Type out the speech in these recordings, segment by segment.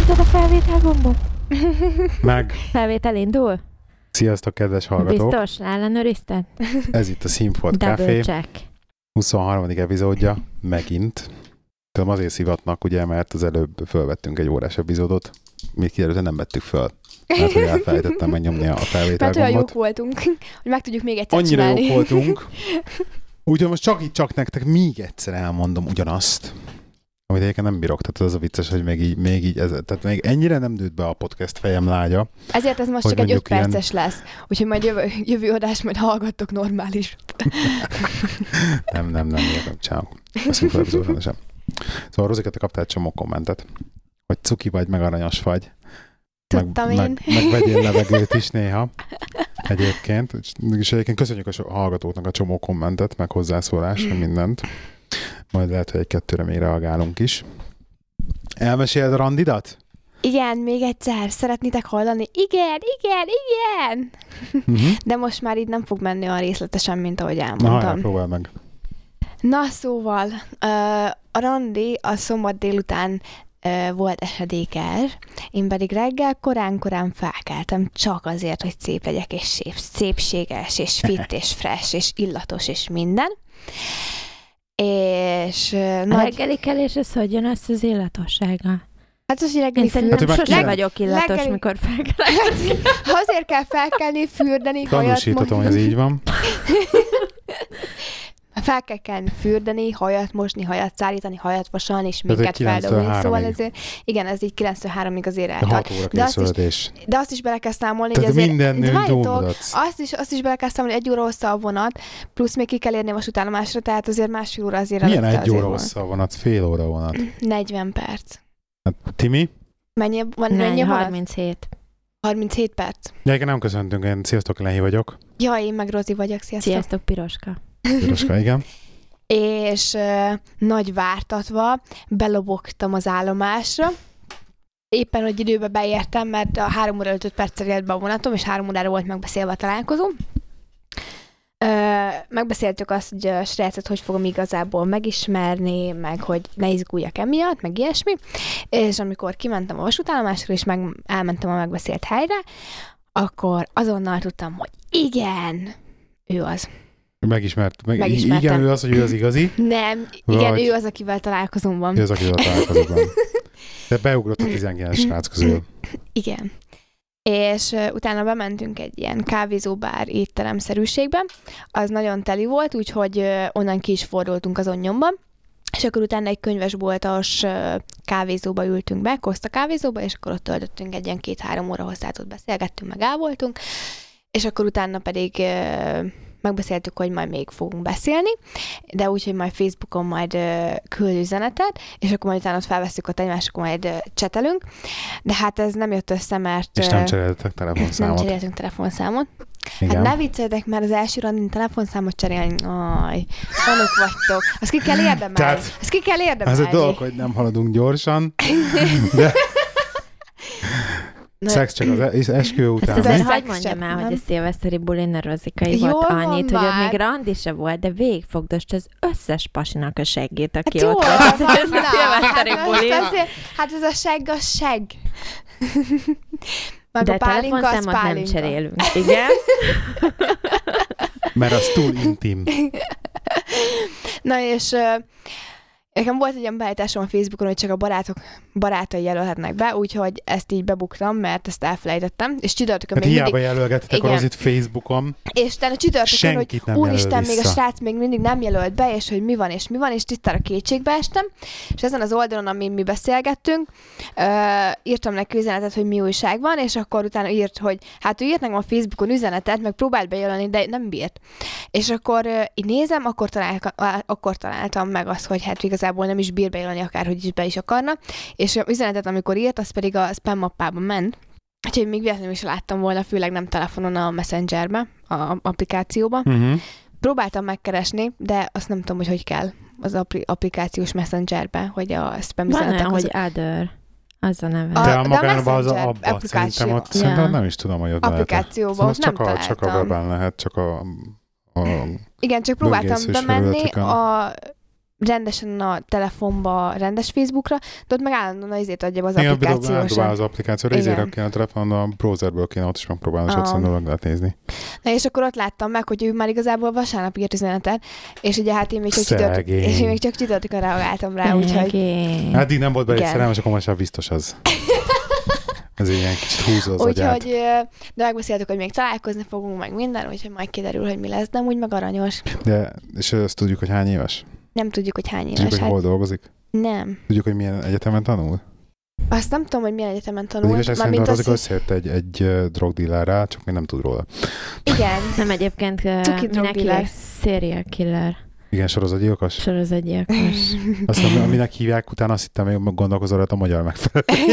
tudok a felvétel gombot? Meg. Felvétel indul? Sziasztok, kedves hallgatók! Biztos? Ellenőrizted? Ez itt a Színfolt Café Double check. 23. epizódja, megint. Tudom, azért szivatnak, ugye, mert az előbb fölvettünk egy órás epizódot, még kiderült, hogy nem vettük föl. Mert hogy elfelejtettem megnyomni a Mert olyan jók felvételgombot. voltunk, hogy meg tudjuk még egyszer Annyira csinálni. jók voltunk. Úgyhogy most csak itt, csak nektek még egyszer elmondom ugyanazt, amit egyébként nem bírok. Tehát az a vicces, hogy még így, még így ez, tehát még ennyire nem nőtt be a podcast fejem lágya, Ezért ez most Hogy csak egy 5 mondjuk ilyen- perces lesz. Úgyhogy majd jövő, jövő adás majd hallgattok normális. Nem, nem, nem, ilyet nem csinálok. Ezt nem felbizó rendesen. Szóval Rozika, te kaptál egy csomó kommentet, hogy cuki vagy, meg aranyos vagy. Tudtam meg, én. Meg, meg vegyél levegőt is néha. Egyébként. És- És egyébként köszönjük a so- hallgatóknak a csomó kommentet, meg hozzászólást, meg mindent. Majd lehet, hogy egy-kettőre még reagálunk is. Elmeséled a randidat? Igen, még egyszer, szeretnétek hallani? Igen, igen, igen! Uh-huh. De most már így nem fog menni olyan részletesen, mint ahogy Na, elmondtam. hajrá, próbál meg. Na szóval, ö, a randi a szombat délután ö, volt esedékes, én pedig reggel korán-korán felkeltem csak azért, hogy szép legyek, és szép, szépséges, és fit, és fresh, és illatos, és minden. És ö, A nagy... reggeli keléshez hogy jön össze az illatossága? Hát az, hogy Én reggeli szerintem Hát, hogy fürdeni... meg sose kell- vagyok illatos, reggeli- mikor felkelek. Azért kell felkelni, fürdeni, hajat Tanúsítatom, hogy ez így van. fel kell kelni fürdeni, hajat mosni, hajat szárítani, hajat vasalni, és Tehát, minket hogy 9-től feldobni. Szóval 3-ig. ezért, igen, ez így 93-ig azért De eltart. 6 óra De azt is- készülhetés. De azt is bele kell számolni, Tehát hogy azért... minden de nő várjatok, dúmdatsz. azt is, azt is bele kell számolni, egy óra hossza a vonat, plusz még ki kell érni a vasútállomásra, tehát azért másfél óra azért Milyen előtte egy azért óra van. hossza vonat, fél óra vonat? 40 perc. Hát, Timi? Mennyi, van, mennyi Nem, a vonat? 37. 37 perc. Gyerekek, nem köszöntünk, én sziasztok, Lehi vagyok. Ja, én meg Rozi vagyok, sziasztok. Sziasztok, Piroska. Piroska, igen. és ö, nagy vártatva belobogtam az állomásra. Éppen, hogy időbe beértem, mert a 3 óra 5 perccel jött be a vonatom, és 3 órára volt megbeszélve a találkozó. Ö, megbeszéltük azt, hogy a srácot hogy fogom igazából megismerni, meg hogy ne izguljak emiatt, meg ilyesmi. És amikor kimentem a vasútállomásra, és meg elmentem a megbeszélt helyre, akkor azonnal tudtam, hogy igen, ő az. Megismert, meg, Megismertem. igen, ő az, hogy ő az igazi, Nem, igen, Vagy- ő az, akivel találkozom van. ő az, aki a találkozóban. De beugrott a 19 srác közül. Igen. És ö, utána bementünk egy ilyen kávézóbár étteremszerűségbe, az nagyon teli volt, úgyhogy ö, onnan ki is fordultunk azon nyomban, és akkor utána egy könyvesboltos ö, kávézóba ültünk be, Koszta kávézóba, és akkor ott töltöttünk egy ilyen két-három óra hosszát, ott beszélgettünk, meg elvoltunk, és akkor utána pedig ö, megbeszéltük, hogy majd még fogunk beszélni, de úgy, hogy majd Facebookon majd ö, küld üzenetet, és akkor majd utána ott felveszünk ott egymást, akkor majd ö, csetelünk, de hát ez nem jött össze, mert És ö, nem cseréltek nem telefonszámot. cseréltünk telefonszámot. Hát ne Igen. vicceljetek, mert az első randin telefonszámot cserélni. Aj, tanuk vagytok. Azt ki kell érdemelni. Tehát- Tehát, Azt ki kell Ez érdemelni. egy dolog, hogy nem haladunk gyorsan. De... Na- Szex csak az es- esküvő Ezt után. azért mi? az- e- hagyd Szex mondjam sem, el, nem? hogy a szilveszteri bulin a Rozika Jól volt van annyit, hogy ott már. még randi se volt, de végigfogdost az összes pasinak a seggét, aki Hát jó, ott az volt. Ez na, a szilveszteri hát bulin. az azért- Hát ez a segg, a segg. Meg De a pálinka, az telefonszámot pálinka. nem cserélünk. Igen? Mert az túl intim. Na és ö, nekem volt egy ilyen beállításom a Facebookon, hogy csak a barátok barátai jelölhetnek be, úgyhogy ezt így bebuktam, mert ezt elfelejtettem, és csütörtökön Hát még mindig hiába jelölgetetek a Igen. Rozit Facebookon. És utána csütörtökön, hogy Senkit nem jelöl úristen, még a vissza. srác még mindig nem jelölt be, és hogy mi van, és mi van, és tisztára kétségbe estem. És ezen az oldalon, amin mi beszélgettünk, ö, írtam neki üzenetet, hogy mi újság van, és akkor utána írt, hogy hát ő írt nekem a Facebookon üzenetet, meg próbált bejelölni, de nem bírt. És akkor ö, így nézem, akkor, talál, á, akkor találtam meg azt, hogy hát igazából nem is bír bejelölni, akárhogy is be is akarna. És a üzenetet, amikor írt, az pedig a spam mappában ment. Úgyhogy még véletlenül is láttam volna, főleg nem telefonon a Messengerbe, a a applikációba. Uh-huh. Próbáltam megkeresni, de azt nem tudom, hogy hogy kell az appli- applikációs Messengerbe, hogy a spam Van olyan, üzenetek hogy azok- other. Az a neve. A- De de a a magánban az a Messenger abba, szerintem ott applikáció. szerintem Ja. nem is tudom, hogy ott lehet. applikációba, Szerintem Szóval nem Szóval csak a, csak a találtam. webben lehet, csak a, a Igen, csak próbáltam böngészős bemenni felületeken. a rendesen a telefonba, rendes Facebookra, de ott meg állandóan azért adja be az Igen, bedobál applikációsan. az applikációra, ezért Igen. Ah. kéne a telefonon, a browserből kéne ott is megpróbálni, és ott Aha. szerintem meg lehet nézni. Na és akkor ott láttam meg, hogy ő már igazából vasárnap írt üzenetet, és ugye hát én még csak, csütört, Szegény. és én még csak csütörtökön reagáltam rá, úgyhogy... Egész. Eddig nem volt belé Igen. szerelmes, akkor most már biztos az. Ez ilyen kicsit húzó az agyát. Úgyhogy, ö, de megbeszéltük, hogy még találkozni fogunk, meg minden, úgyhogy majd kiderül, hogy mi lesz, de úgy meg aranyos. De, és azt tudjuk, hogy hány éves? Nem tudjuk, hogy hány Tudjuk, éves. hogy Hát hol dolgozik? nem. Tudjuk, hogy milyen egyetemen tanul? Azt nem tudom, hogy milyen egyetemen Az tanult. igazság szerint Mármint arra az, azért hogy... összejött egy, egy ö, drogdillárral, csak még nem tud róla. Igen. Nem egyébként Cuki ö, drogdiller. mindenki lesz serial killer, Igen, sorozatgyilkos. sorozatgyilkos. Azt mondom, aminek hívják, utána azt hittem, hogy gondolkozol rajta a magyar megfelelő.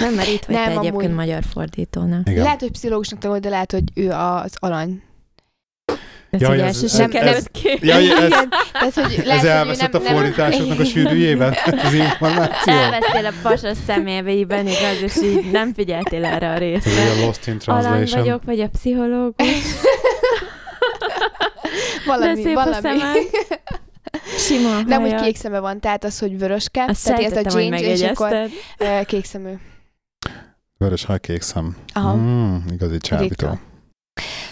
Nem, mert itt vagy Nem, te egyébként amúgy. magyar fordítónak. Igen. Lehet, hogy pszichológusnak tanult, de lehet, hogy ő az alany. Ez Jaj, Jaj, ez- első ez- se ez- került ki. Jaj, ez, Tehát, hogy ez lehet, hogy ő elveszett a nem, fordításoknak a nem... sűrűjében az információ. Elvesztél a pasa személyében, igaz, és így nem figyeltél erre a Ez ugye részre. a Lost in Alany Translation. vagyok, vagy a pszichológus. valami, De szép valami. a szemem. Sima a De amúgy haja. kék szeme van, tehát az, hogy vöröske. Azt tehát ez a sejtettem, hogy change, és akkor megjegyezted. ö, kék szemű. Vörös haj, kék szem. Aha. Mm, igazi Ritka. csábító.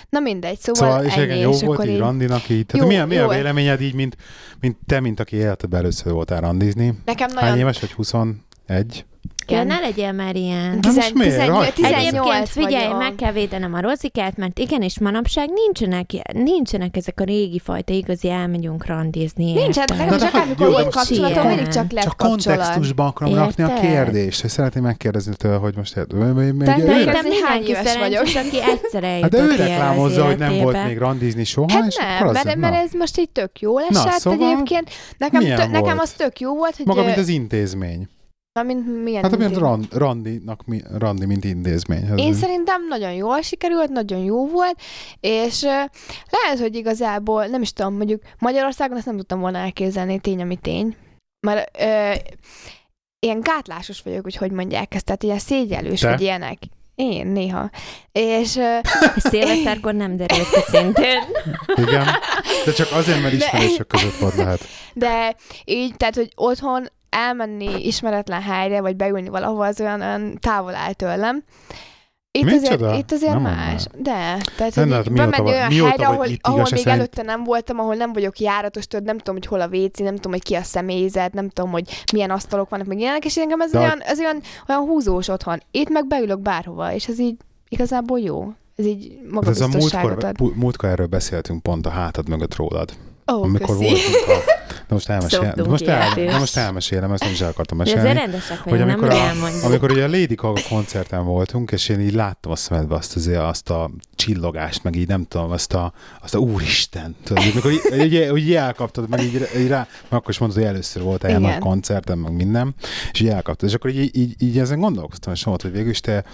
Na mindegy, szóval, Szóval, és igen, ennyi, jó és volt akkor így így... randinak így. Tehát Jó, milyen, milyen jó. a véleményed így, mint, mint te, mint aki életedben először voltál randizni? Nekem Hány nagyon... éves vagy? 21? Ja, ne legyél már ilyen. most Tizen- miért? tizennyolc- Hagyj. tizennyolc Egyébként figyelj, vagyok. meg kell védenem a rozikát, mert igenis manapság nincsenek, nincsenek ezek a régi fajta igazi elmegyünk randizni. Nincs, hát érted? nekem de is hogy- akármikor jó, volt de most kapcsolatom, ilyen. mindig csak lett Csak kapcsolat. kontextusban akarom rakni a Érted? kérdést, hogy szeretném megkérdezni tőle, hogy most hát, Tehát De Ő- értem, Hány mindenki éves szerencsés, vagyok? aki egyszerre Hát jutott de ő ilyen az reklámozza, hogy nem volt életébe. még randizni soha, Hát és nem, akkor az, mert, na, mert ez most így tök jól Na, esett szóval, egyébként. Nekem, milyen tö- nekem volt? az tök jó volt, hogy... maga, mint ö, az intézmény. Na, mint milyen Hát mint intézmény? rand, randinak, mi, randi, mint intézmény. Ez- Én szerintem nagyon jól sikerült, nagyon jó volt, és ö, lehet, hogy igazából, nem is tudom, mondjuk Magyarországon ezt nem tudtam volna elképzelni, tény, ami tény. Mert ö, ilyen gátlásos vagyok, hogy hogy mondják ezt, tehát ilyen szégyelős, Te? vagy ilyenek. Én néha. És ö, Szilveszterkor nem derült ki szintén. Igen, de csak azért, mert De- ismerősök között volt lehet. De így, tehát, hogy otthon elmenni ismeretlen helyre, vagy beülni valahova, az olyan, olyan távol áll tőlem. Itt Micsoda? azért, itt azért Nem más. De, tehát, hogy Lennart, így mióta bemenni vagy- olyan mióta helyre, vagy ahol, itt, ahol igazság még szerint? előtte nem voltam, ahol nem vagyok járatos, tudod, nem tudom, hogy hol a WC, nem tudom, hogy ki a személyzet, nem tudom, hogy milyen asztalok vannak, meg ilyenek, és engem ez, De- olyan, ez olyan, olyan húzós otthon. Itt meg beülök bárhova, és ez így igazából jó. Ez így Hát ez a magabiztosságot múltkor, ad. pu- múltkor erről beszéltünk pont a hátad mögött rólad. Ó, oh, amikor köszi. voltunk a... De most, elmesélem, de Szoktunk most, el, ilyet is. de most elmesélem, ezt nem is el akartam De azért mesélni. rendesek Hogy vagyunk, nem amikor, úgy a, elmondjuk. amikor ugye a Lady Gaga koncerten voltunk, és én így láttam a szemedbe azt, az, azt a csillogást, meg így nem tudom, azt a, azt a úristen, tudod, így, mikor így, így, így, így elkaptad, meg így, így rá, mert akkor is mondod, hogy először volt ilyen Igen. nagy koncerten, meg minden, és így elkaptad. És akkor így, így, így ezen gondolkoztam, és mondtad, hogy végül is te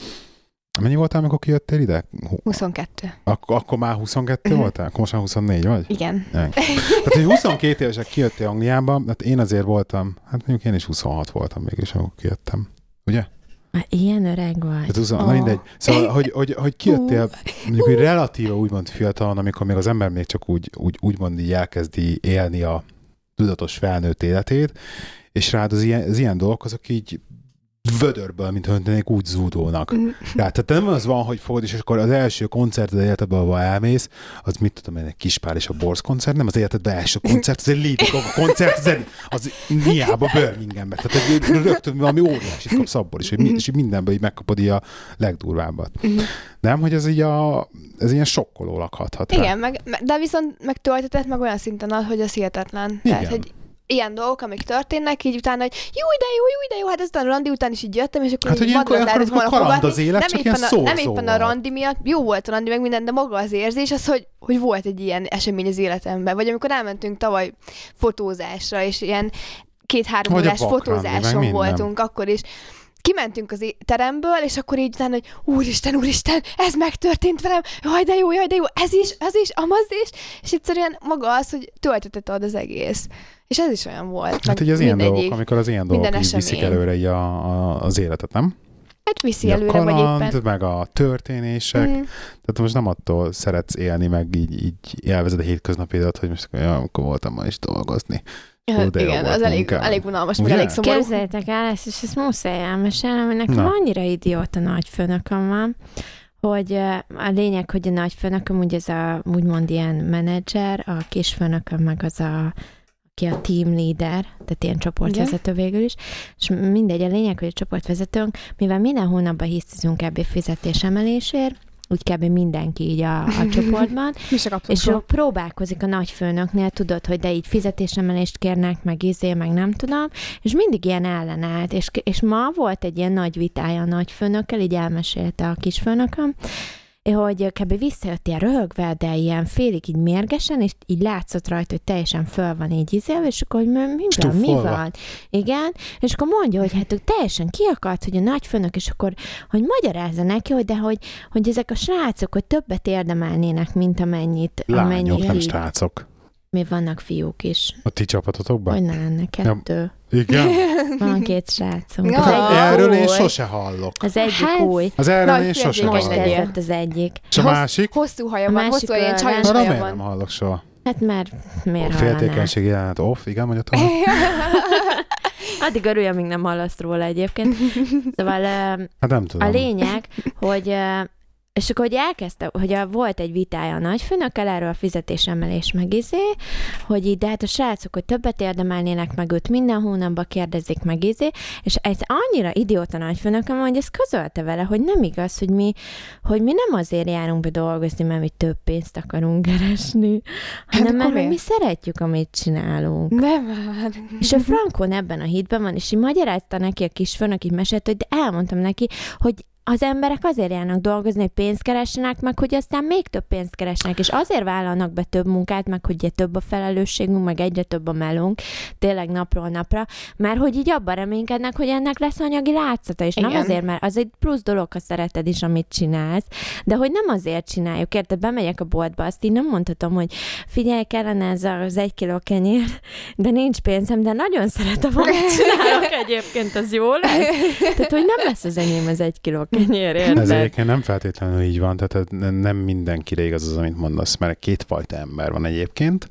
Mennyi voltál, amikor kijöttél ide? Hú, 22. Ak- akkor már 22 Mhm. voltál? Akkor most már 24 vagy? Igen. Tehát, hogy 22 évesek kijöttél Angliába, hát én azért voltam, hát mondjuk én is 26 voltam mégis, amikor kijöttem. Már ilyen öreg Hát vagy. 20, na Ó. mindegy. Szóval, hogy, hogy, hogy kijöttél mondjuk, hogy relatíve úgymond fiatalon, amikor még az ember még csak úgy, úgy úgymond így elkezdi élni a tudatos felnőtt életét, és rád az ilyen, az ilyen dolgok, azok így vödörből, mint öntenék, úgy zúdulnak. Mm. Rá, tehát nem az van, hogy fogod, és akkor az első koncerted életedben, ahol elmész, az mit tudom én, egy Kispál és a Borsz koncert, nem az életedben első koncert, az egy Lady Gaga koncert, az, egy- az Niába, Birminghambe. Tehát egy, rögtön valami óriásit kapsz abból is, hogy Mm-hmm. mi, és így mindenből így megkapod így a legdurvábbat. Nem, hogy ez így a, ez ilyen sokkoló lakhathat. rá. Igen, meg, meg- de viszont meg töltetett meg olyan szinten az, hogy az hihetetlen. Igen. Tehát, Igen. hogy ilyen dolgok, amik történnek, így utána, hogy jó, de jó, jó, de jó, hát aztán a randi után is így jöttem, és akkor Hát, így hogy ilyenkor- vadlott akkor- lehetett akkor volna kaland az fogadni. élet, nem csak éppen ilyen a, szó- Nem szó éppen a volt. randi miatt, jó volt a randi, meg minden, de maga az érzés az, hogy, hogy volt egy ilyen esemény az életemben. Vagy amikor elmentünk tavaly fotózásra, és ilyen két-három Vagy a órás vakrandi, meg fotózáson minden. voltunk, akkor is kimentünk az é- teremből, és akkor így utána, hogy úristen, úristen, ez megtörtént velem, jaj de jó, jaj de jó, ez is, az is, amaz is, és egyszerűen maga az, hogy töltetett ad az egész. És ez is olyan volt. Hát meg ugye az ilyen mindegyik. dolgok, amikor az ilyen dolgok Minden így viszik esemény. előre így a, a, az életet, nem? Hát viszi Így a előre, vagy kaland, éppen. meg a történések, Mhm. Tehát most nem attól szeretsz élni, meg így, így élvezed a hétköznapidat, hogy most ja, akkor voltam ma is dolgozni. Hú, de jó Igen, volt az elég, munkám. elég unalmas, meg Ugye? elég szomorú. Képzeljétek el ezt, és ezt muszáj elmesélnem, hogy nekem Na. annyira idióta nagyfőnököm van, hogy eh, a lényeg, hogy a nagyfőnököm úgy ez a úgymond ilyen menedzser, a kisfőnököm meg az a aki a team leader, tehát ilyen csoportvezető végül is, és mindegy, a lényeg, hogy a csoportvezetőnk, mivel minden hónapban hisztizünk kb. fizetésemelésért, úgy kb. mindenki így a, a csoportban, Mi se kaptunk és soha. ő próbálkozik a nagyfőnöknél, tudod, hogy de így fizetésemelést kérnek, meg izé, meg nem tudom, és mindig ilyen ellenállt, és, és ma volt egy ilyen nagy vitája a nagyfőnökkel, így elmesélte a kisfőnököm, hogy kb. visszajött ilyen röhögve, de ilyen félig így mérgesen, és így látszott rajta, hogy teljesen föl van így izélve, és akkor, hogy mi mi van, mi Stuffolva. van? Igen, és akkor mondja, hogy hát ő teljesen kiakadt, hogy a nagyfőnök, és akkor, hogy magyarázza neki, hogy de hogy, hogy ezek a srácok, hogy többet érdemelnének, mint amennyit, Lányok, amennyit nem így- srácok. mi vannak fiúk is. A ti csapatotokban? Hogy ne lenne kettő. Igen. Van két srácunk. Ja. Az, egy, Erről én Új. sose hallok. az egyik Hát, új. Az erről Nagy én sose féltékeny Most legyél. hallok. kezdett az egyik. És a Hossz- másik? Hosszú haja A van, másik hosszú ilyen a lány- csajos Arra haja miért nem van. hallok soha? Hát mert miért hallaná? Féltékenység jelenet off, igen, mondja tovább. Addig örülj, amíg nem hallasz róla egyébként. Szóval ö, Hát nem tudom. a lényeg, hogy ö, és akkor hogy elkezdte, hogy a, volt egy vitája a nagyfőnökkel erről a fizetésemelés meg izé, hogy így, de hát a srácok, hogy többet érdemelnének meg őt minden hónapban kérdezik meg izé, és ez annyira idióta nagyfőnököm, hogy ezt közölte vele, hogy nem igaz, hogy mi, hogy mi nem azért járunk be dolgozni, mert mi több pénzt akarunk keresni, hanem mert hogy komolyan. mi szeretjük, amit csinálunk. Nem már. És a Frankon ebben a hitben van, és így magyarázta neki a kisfőnök, így mesélt, hogy de elmondtam neki, hogy az emberek azért járnak dolgozni, hogy pénzt keressenek, meg hogy aztán még több pénzt keresnek, és azért vállalnak be több munkát, meg hogy ugye több a felelősségünk, meg egyre több a melónk, tényleg napról napra, mert hogy így abban reménykednek, hogy ennek lesz anyagi látszata, és nem Igen. azért, mert az egy plusz dolog, ha szereted is, amit csinálsz, de hogy nem azért csináljuk, érted? Bemegyek a boltba, azt így nem mondhatom, hogy figyelj, kellene ez az egy kiló kenyér, de nincs pénzem, de nagyon szeretem, amit csinálok egyébként, az jó lesz. Tehát, hogy nem lesz az enyém az egy kiló kenyér, Ez érted? egyébként nem feltétlenül így van, tehát ez ne- nem mindenkire igaz az, amit mondasz, mert kétfajta ember van egyébként.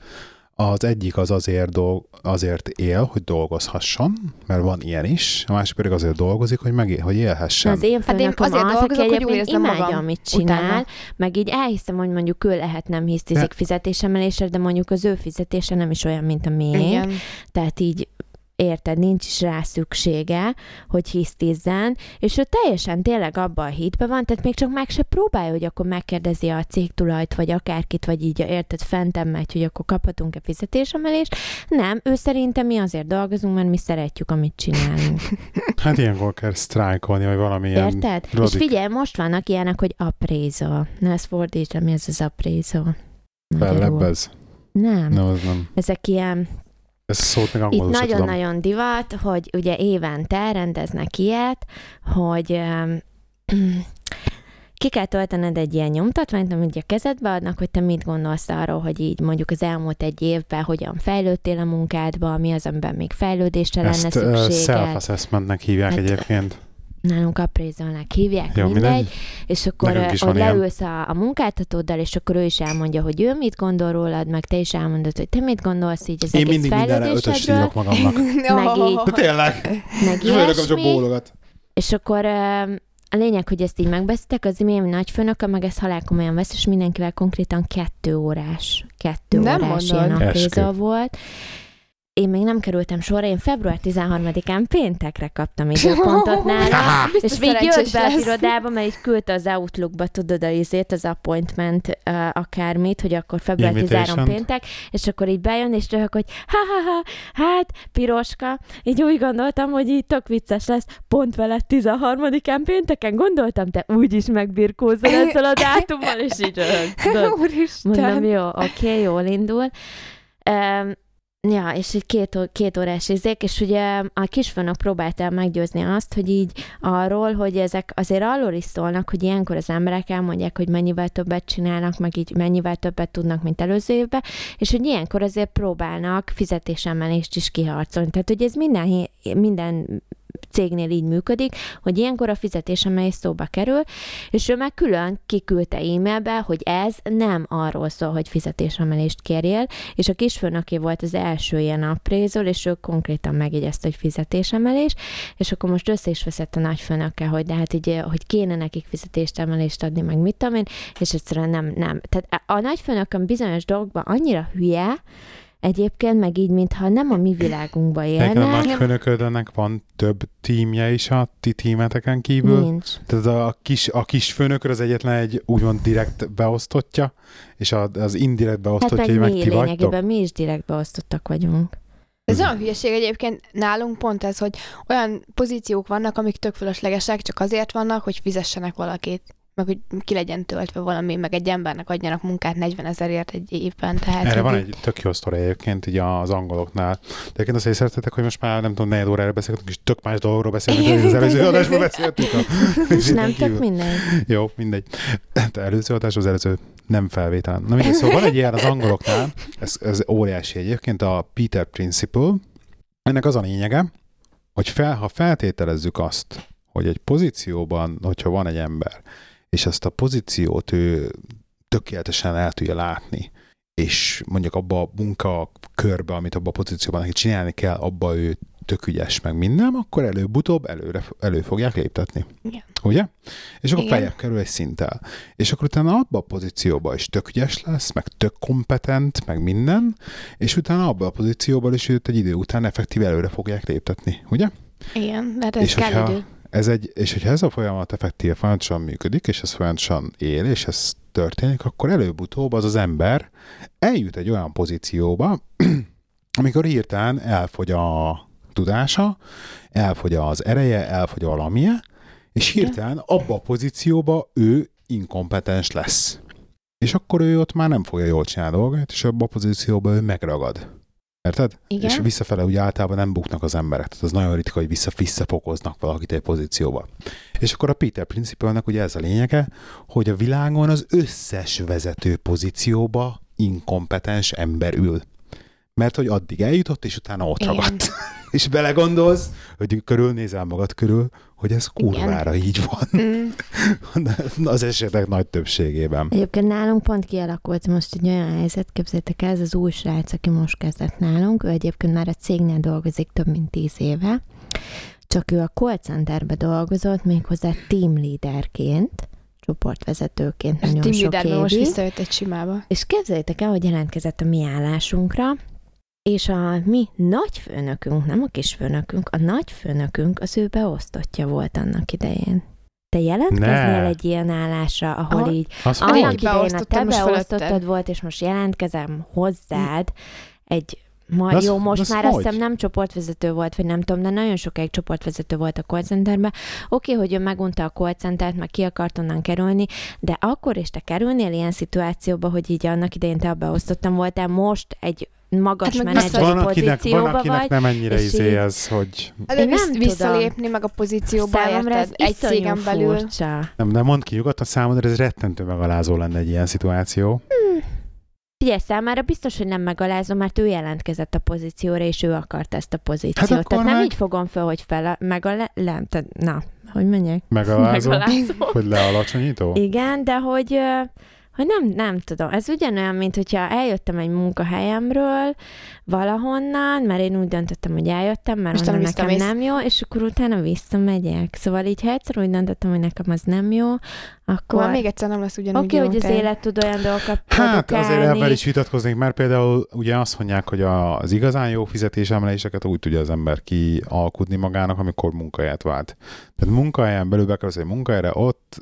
Az egyik az azért, dolg, azért él, hogy dolgozhasson, mert van ilyen is, a másik pedig azért dolgozik, hogy, meg, hogy élhessen. Az én Hát én főnököm azért az, aki dolgozok, hogy egyébként újrazzam magam imádja, amit csinál, utána. meg így elhiszem, hogy mondjuk ő lehet nem hisztizik De- fizetésemelésre, de mondjuk az ő fizetése nem is olyan, mint a miénk. Igen. tehát így érted, nincs is rá szüksége, hogy hisztizzen, és ő teljesen tényleg abban a hitben van, tehát még csak meg se próbálja, hogy akkor megkérdezi a cégtulajt, vagy akárkit, vagy így érted, fentem megy, hogy akkor kaphatunk-e fizetésemelést. Nem, ő szerintem mi azért dolgozunk, mert mi szeretjük, amit csinálunk. Hát ilyenkor kell sztrájkolni, vagy valamilyen... Érted? rodik. És figyelj, most vannak ilyenek, hogy aprézó. Na ezt fordítsd, le, mi ez az aprézó? Fellebb ez? Nem. Nem, az nem. Ezek ilyen Ez szót Itt meg angolul sem tudom. nagyon-nagyon divat, hogy ugye évente rendeznek ilyet, hogy öm, ki kell töltened egy ilyen nyomtatványt, amit a kezedbe adnak, hogy te mit gondolsz arról, hogy így mondjuk az elmúlt egy évben hogyan fejlődtél a munkádba, mi az, amiben még fejlődésre lenne Ezt ö, szükséged. self-assessmentnek hívják Hát, egyébként. Nálunk aprézolnak hívják, Jó, mindegy. mindegy. És akkor Nekünk is hogy van ilyen. leülsz a, a munkáltatóddal, és akkor ő is elmondja, hogy ő mit gondol rólad, meg te is elmondod, hogy te mit gondolsz így az Én egész mindig mindenre ötös fejlődésedről, írok magamnak. Meg így. De tényleg, meg főleg csak ilyesmi. bólogat. És akkor öm, a lényeg, hogy ezt így megbeszéltek, az én nagyfőnököm meg ezt halálkomolyan vesz, és mindenkivel konkrétan kettő órás, kettő Nem órás mondod. ilyen apréza Eskü. volt. Én még nem kerültem sorra, én február 13-án péntekre kaptam időpontot nála, és még jött be az irodába, mert így küldte az Outlookba, tudod, a izét, az appointment, uh, akármit, hogy akkor február 13 Invitation-t. péntek, és akkor így bejön, és röhög, hogy ha, ha, ha, hát, piroska, így úgy gondoltam, hogy így tök vicces lesz, pont veled 13-án pénteken gondoltam, te úgyis megbirkózol ezzel a dátummal, és így röhög. tudod. Mondom, Úristen. jó, oké, okay, jól indul. Um, ja, és egy két, ó- két órás izék, és ugye a kisfőnök próbált el meggyőzni azt, hogy így arról, hogy ezek azért arról is szólnak, hogy ilyenkor az emberek elmondják, hogy mennyivel többet csinálnak, meg így mennyivel többet tudnak, mint előző évben, és hogy ilyenkor azért próbálnak fizetésemelést is kiharcolni. Tehát, hogy ez minden, hé- minden cégnél így működik, hogy ilyenkor a fizetésemelés szóba kerül, és ő meg külön kiküldte e-mailbe, hogy ez nem arról szól, hogy fizetésemelést kérjél, és a kisfőnöké volt az első ilyen aprézol, és ő konkrétan megjegyezte, hogy fizetésemelés, és akkor most össze is veszett a nagyfőnökkel, hogy de hát így, hogy kéne nekik fizetésemelést adni, meg mit tudom én, és egyszerűen nem, nem. Tehát a nagyfőnököm bizonyos dolgokban annyira hülye, egyébként meg így, mintha nem a mi világunkba Neked a élne. nagyfőnöködnek van több tímje is a ti tímeteken kívül. Nincs. Tehát a kis, a kis főnökör az egyetlen egy úgymond direkt beosztottja, és a, az indirekt Hát meg beosztottja, meg mi ti vagytok. lényegében mi is direkt beosztottak vagyunk. Ez Mhm. olyan hülyeség egyébként nálunk pont ez, hogy olyan pozíciók vannak, amik tök fölöslegesek, csak azért vannak, hogy fizessenek valakit meg hogy ki legyen töltve valami, meg egy embernek adjanak munkát 40 ezerért egy évben. Tehát Erre hogy van így- egy tök jó sztori egyébként így az angoloknál. De egyébként azt észrevettetek, hogy most már nem tudom, negyed órára beszélgetünk, és tök más dolgokról beszélünk, mint az előző adásban beszéltünk. A... És nem Kívül. tök minden. Jó, mindegy. De előző adás az előző nem felvételen. Na mindegy, szóval van egy ilyen az angoloknál, ez, ez óriási egyébként, a Peter Principle. Ennek az a lényege, hogy fel, ha feltételezzük azt, hogy egy pozícióban, hogyha van egy ember, és ezt a pozíciót ő tökéletesen el tudja látni, és mondjuk abba a munkakörbe, amit abba a pozícióban neki csinálni kell, abba ő tök ügyes, meg minden, akkor előbb-utóbb előre, elő fogják léptetni. Igen. Ugye? És akkor Igen. feljebb kerül egy szinttel. És akkor utána abba a pozícióba is tök ügyes lesz, meg tök kompetent, meg minden, és utána abba a pozícióban is őt egy idő után effektív előre fogják léptetni. Ugye? Igen, mert ez És kell hogyha- idő. ez egy, és hogyha ez a folyamat effektív folyamatosan működik, és ez folyamatosan él, és ez történik, akkor előbb-utóbb az az ember eljut egy olyan pozícióba, amikor hirtelen elfogy a tudása, elfogy az ereje, elfogy a valamie, és Igen. hirtelen abba a pozícióba ő inkompetens lesz. És akkor ő ott már nem fogja jól csinálni a dolgát, és abba a pozícióba ő megragad. Érted? Igen. És visszafele úgy általában nem buknak az emberek. Tehát az nagyon ritka, hogy vissza visszafokoznak valakit egy pozícióba. És akkor a Peter principle ugye ez a lényege, hogy a világon az összes vezető pozícióba inkompetens ember ül. Mert hogy addig eljutott, és utána ott Igen. ragadt. és belegondolsz, hogy körülnézel magad körül, hogy ez kurvára így van. Mm, Az esetek nagy többségében. Egyébként nálunk pont kialakult most egy olyan helyzet, képzeljétek el, ez az új srác, aki most kezdett nálunk, ő egyébként már a cégnél dolgozik több mint tíz éve, csak ő a call centerbe dolgozott, méghozzá team leaderként, csoportvezetőként és nagyon Tim sok Liderben évig. most visszajött egy simába. És képzeljétek el, hogy jelentkezett a mi állásunkra, és a mi nagyfőnökünk, nem a kisfőnökünk, a nagyfőnökünk az ő beosztottja volt annak idején. Te jelentkeznél Ne. egy ilyen állásra, ahol Aha. így Azt Annak annak mondod? idején a régi beosztottad, te most beosztottad fölötted. volt, és most jelentkezem hozzád egy Ma, De az- jó, de most az már azt hogy? hiszem nem csoportvezető volt, vagy nem tudom, de nagyon sokáig csoportvezető volt a call centerben. Oké, hogy ő megunta a call centert, meg ki akart onnan kerülni, de akkor is te kerülnél ilyen szituációba, hogy így annak idején te beosztottam voltál, most egy magas Hát hát meg biztos- menedzseri Van akinek, van pozícióba akinek vagy, nem ennyire és izé így- ez, hogy Hát Én de vissz- nem visszalépni meg a pozícióba, számomra ez érted? Egy iszonyú cégen belül. furcsa. Nem, nem mondd ki nyugodtan, számodra ez rettentő megalázó lenne egy ilyen szituáció. Hm. Figyelj, számára biztos, hogy nem megalázom, mert ő jelentkezett a pozícióra, és ő akart ezt a pozíciót. Hát akkor tehát nem meg- így fogom fel, hogy fel, megalá... nem, tehát, na, hogy mondják? Megalázó, Megalázó. hogy lealacsonyító? Igen, de hogy, ö, hogy nem, nem tudom. Ez ugyanolyan, mint hogyha eljöttem egy munkahelyemről valahonnan, mert én úgy döntöttem, hogy eljöttem, mert És te onnan nem nekem visszamész. nem jó, és akkor utána visszamegyek. Szóval így, ha egyszer úgy döntöttem, hogy nekem az nem jó, akkor... Akkor Oké, még egyszer nem lesz ugyanúgy okay, jó, hogy az tehát- élet tud olyan dolgokat Hát azért produkálni. ebben is vitatkoznék, mert például ugye azt mondják, hogy a- az igazán jó fizetésemeléseket úgy tudja az ember kialkudni magának, amikor munkahelyet vált. Tehát munkahelyen belül bekerülsz egy munkahelyre, ott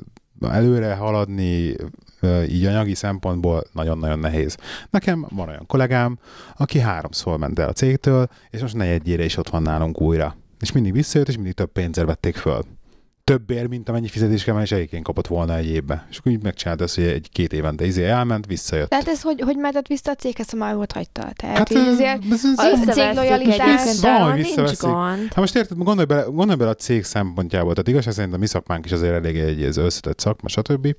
előre haladni ö, így anyagi szempontból nagyon-nagyon nehéz. Nekem van olyan kollégám, aki háromszor ment el a cégtől, és most negyedjére is ott van nálunk újra. És mindig visszajött, és mindig több pénzért vették föl. többért, mint amennyi fizetés kell, egyébként kapott volna egy évbe. És akkor így megcsinált ezt, hogy egy két évente izé elment, visszajött. Tehát ez hogy, hogy mehetett vissza a céghez, ha már ott hagyta? Tehát Hát, hát, így azért ez, ez, a cég lojalitás- egyébként, Van, arra hogy nincs visszaveszik. gond. Hát most érted, gondolj bele, gondolj bele a cég szempontjából, tehát igazság szerint a mi szakmánk is azért elég egy ez összetett szakma, stb.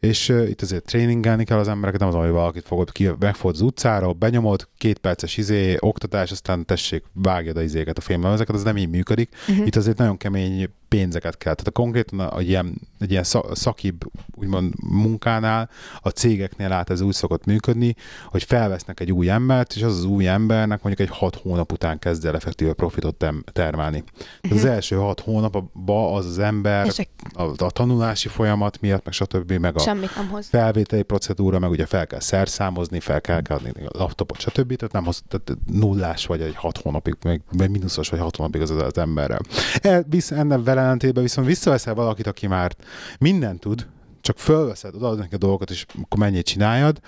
És uh, itt azért tréningelni kell az embereket, nem az, hogy valakit fogod ki, megfogod az utcáról, benyomod, két perces izé, oktatás, aztán tessék, vágjad a izéket a filmben, ezeket az nem így működik. Mhm. Uh-huh. Itt azért nagyon kemény pénzeket kell. Tehát a konkrétan a, egy ilyen, egy ilyen szak, szakibb, úgymond munkánál, a cégeknél át ez úgy szokott működni, hogy felvesznek egy új embert, és az az új embernek mondjuk egy hat hónap után kezd el effektíve profitot tem- termelni. Tehát az első hat hónapban az az ember és a- a, a tanulási folyamat miatt, meg stb., meg a semmit nem hoz. felvételi procedúra, meg ugye fel kell szerszámozni, fel kell, kell adni a laptopot, stb. Tehát nem hoz, tehát nullás vagy egy hat hónapig, meg, vagy mínuszos vagy hat hónapig az, az emberrel. E, visz, ennek vele ellentétben viszont visszaveszel valakit, aki már mindent tud, csak fölveszed, odaadod neki a dolgokat, és akkor mennyit csináljad,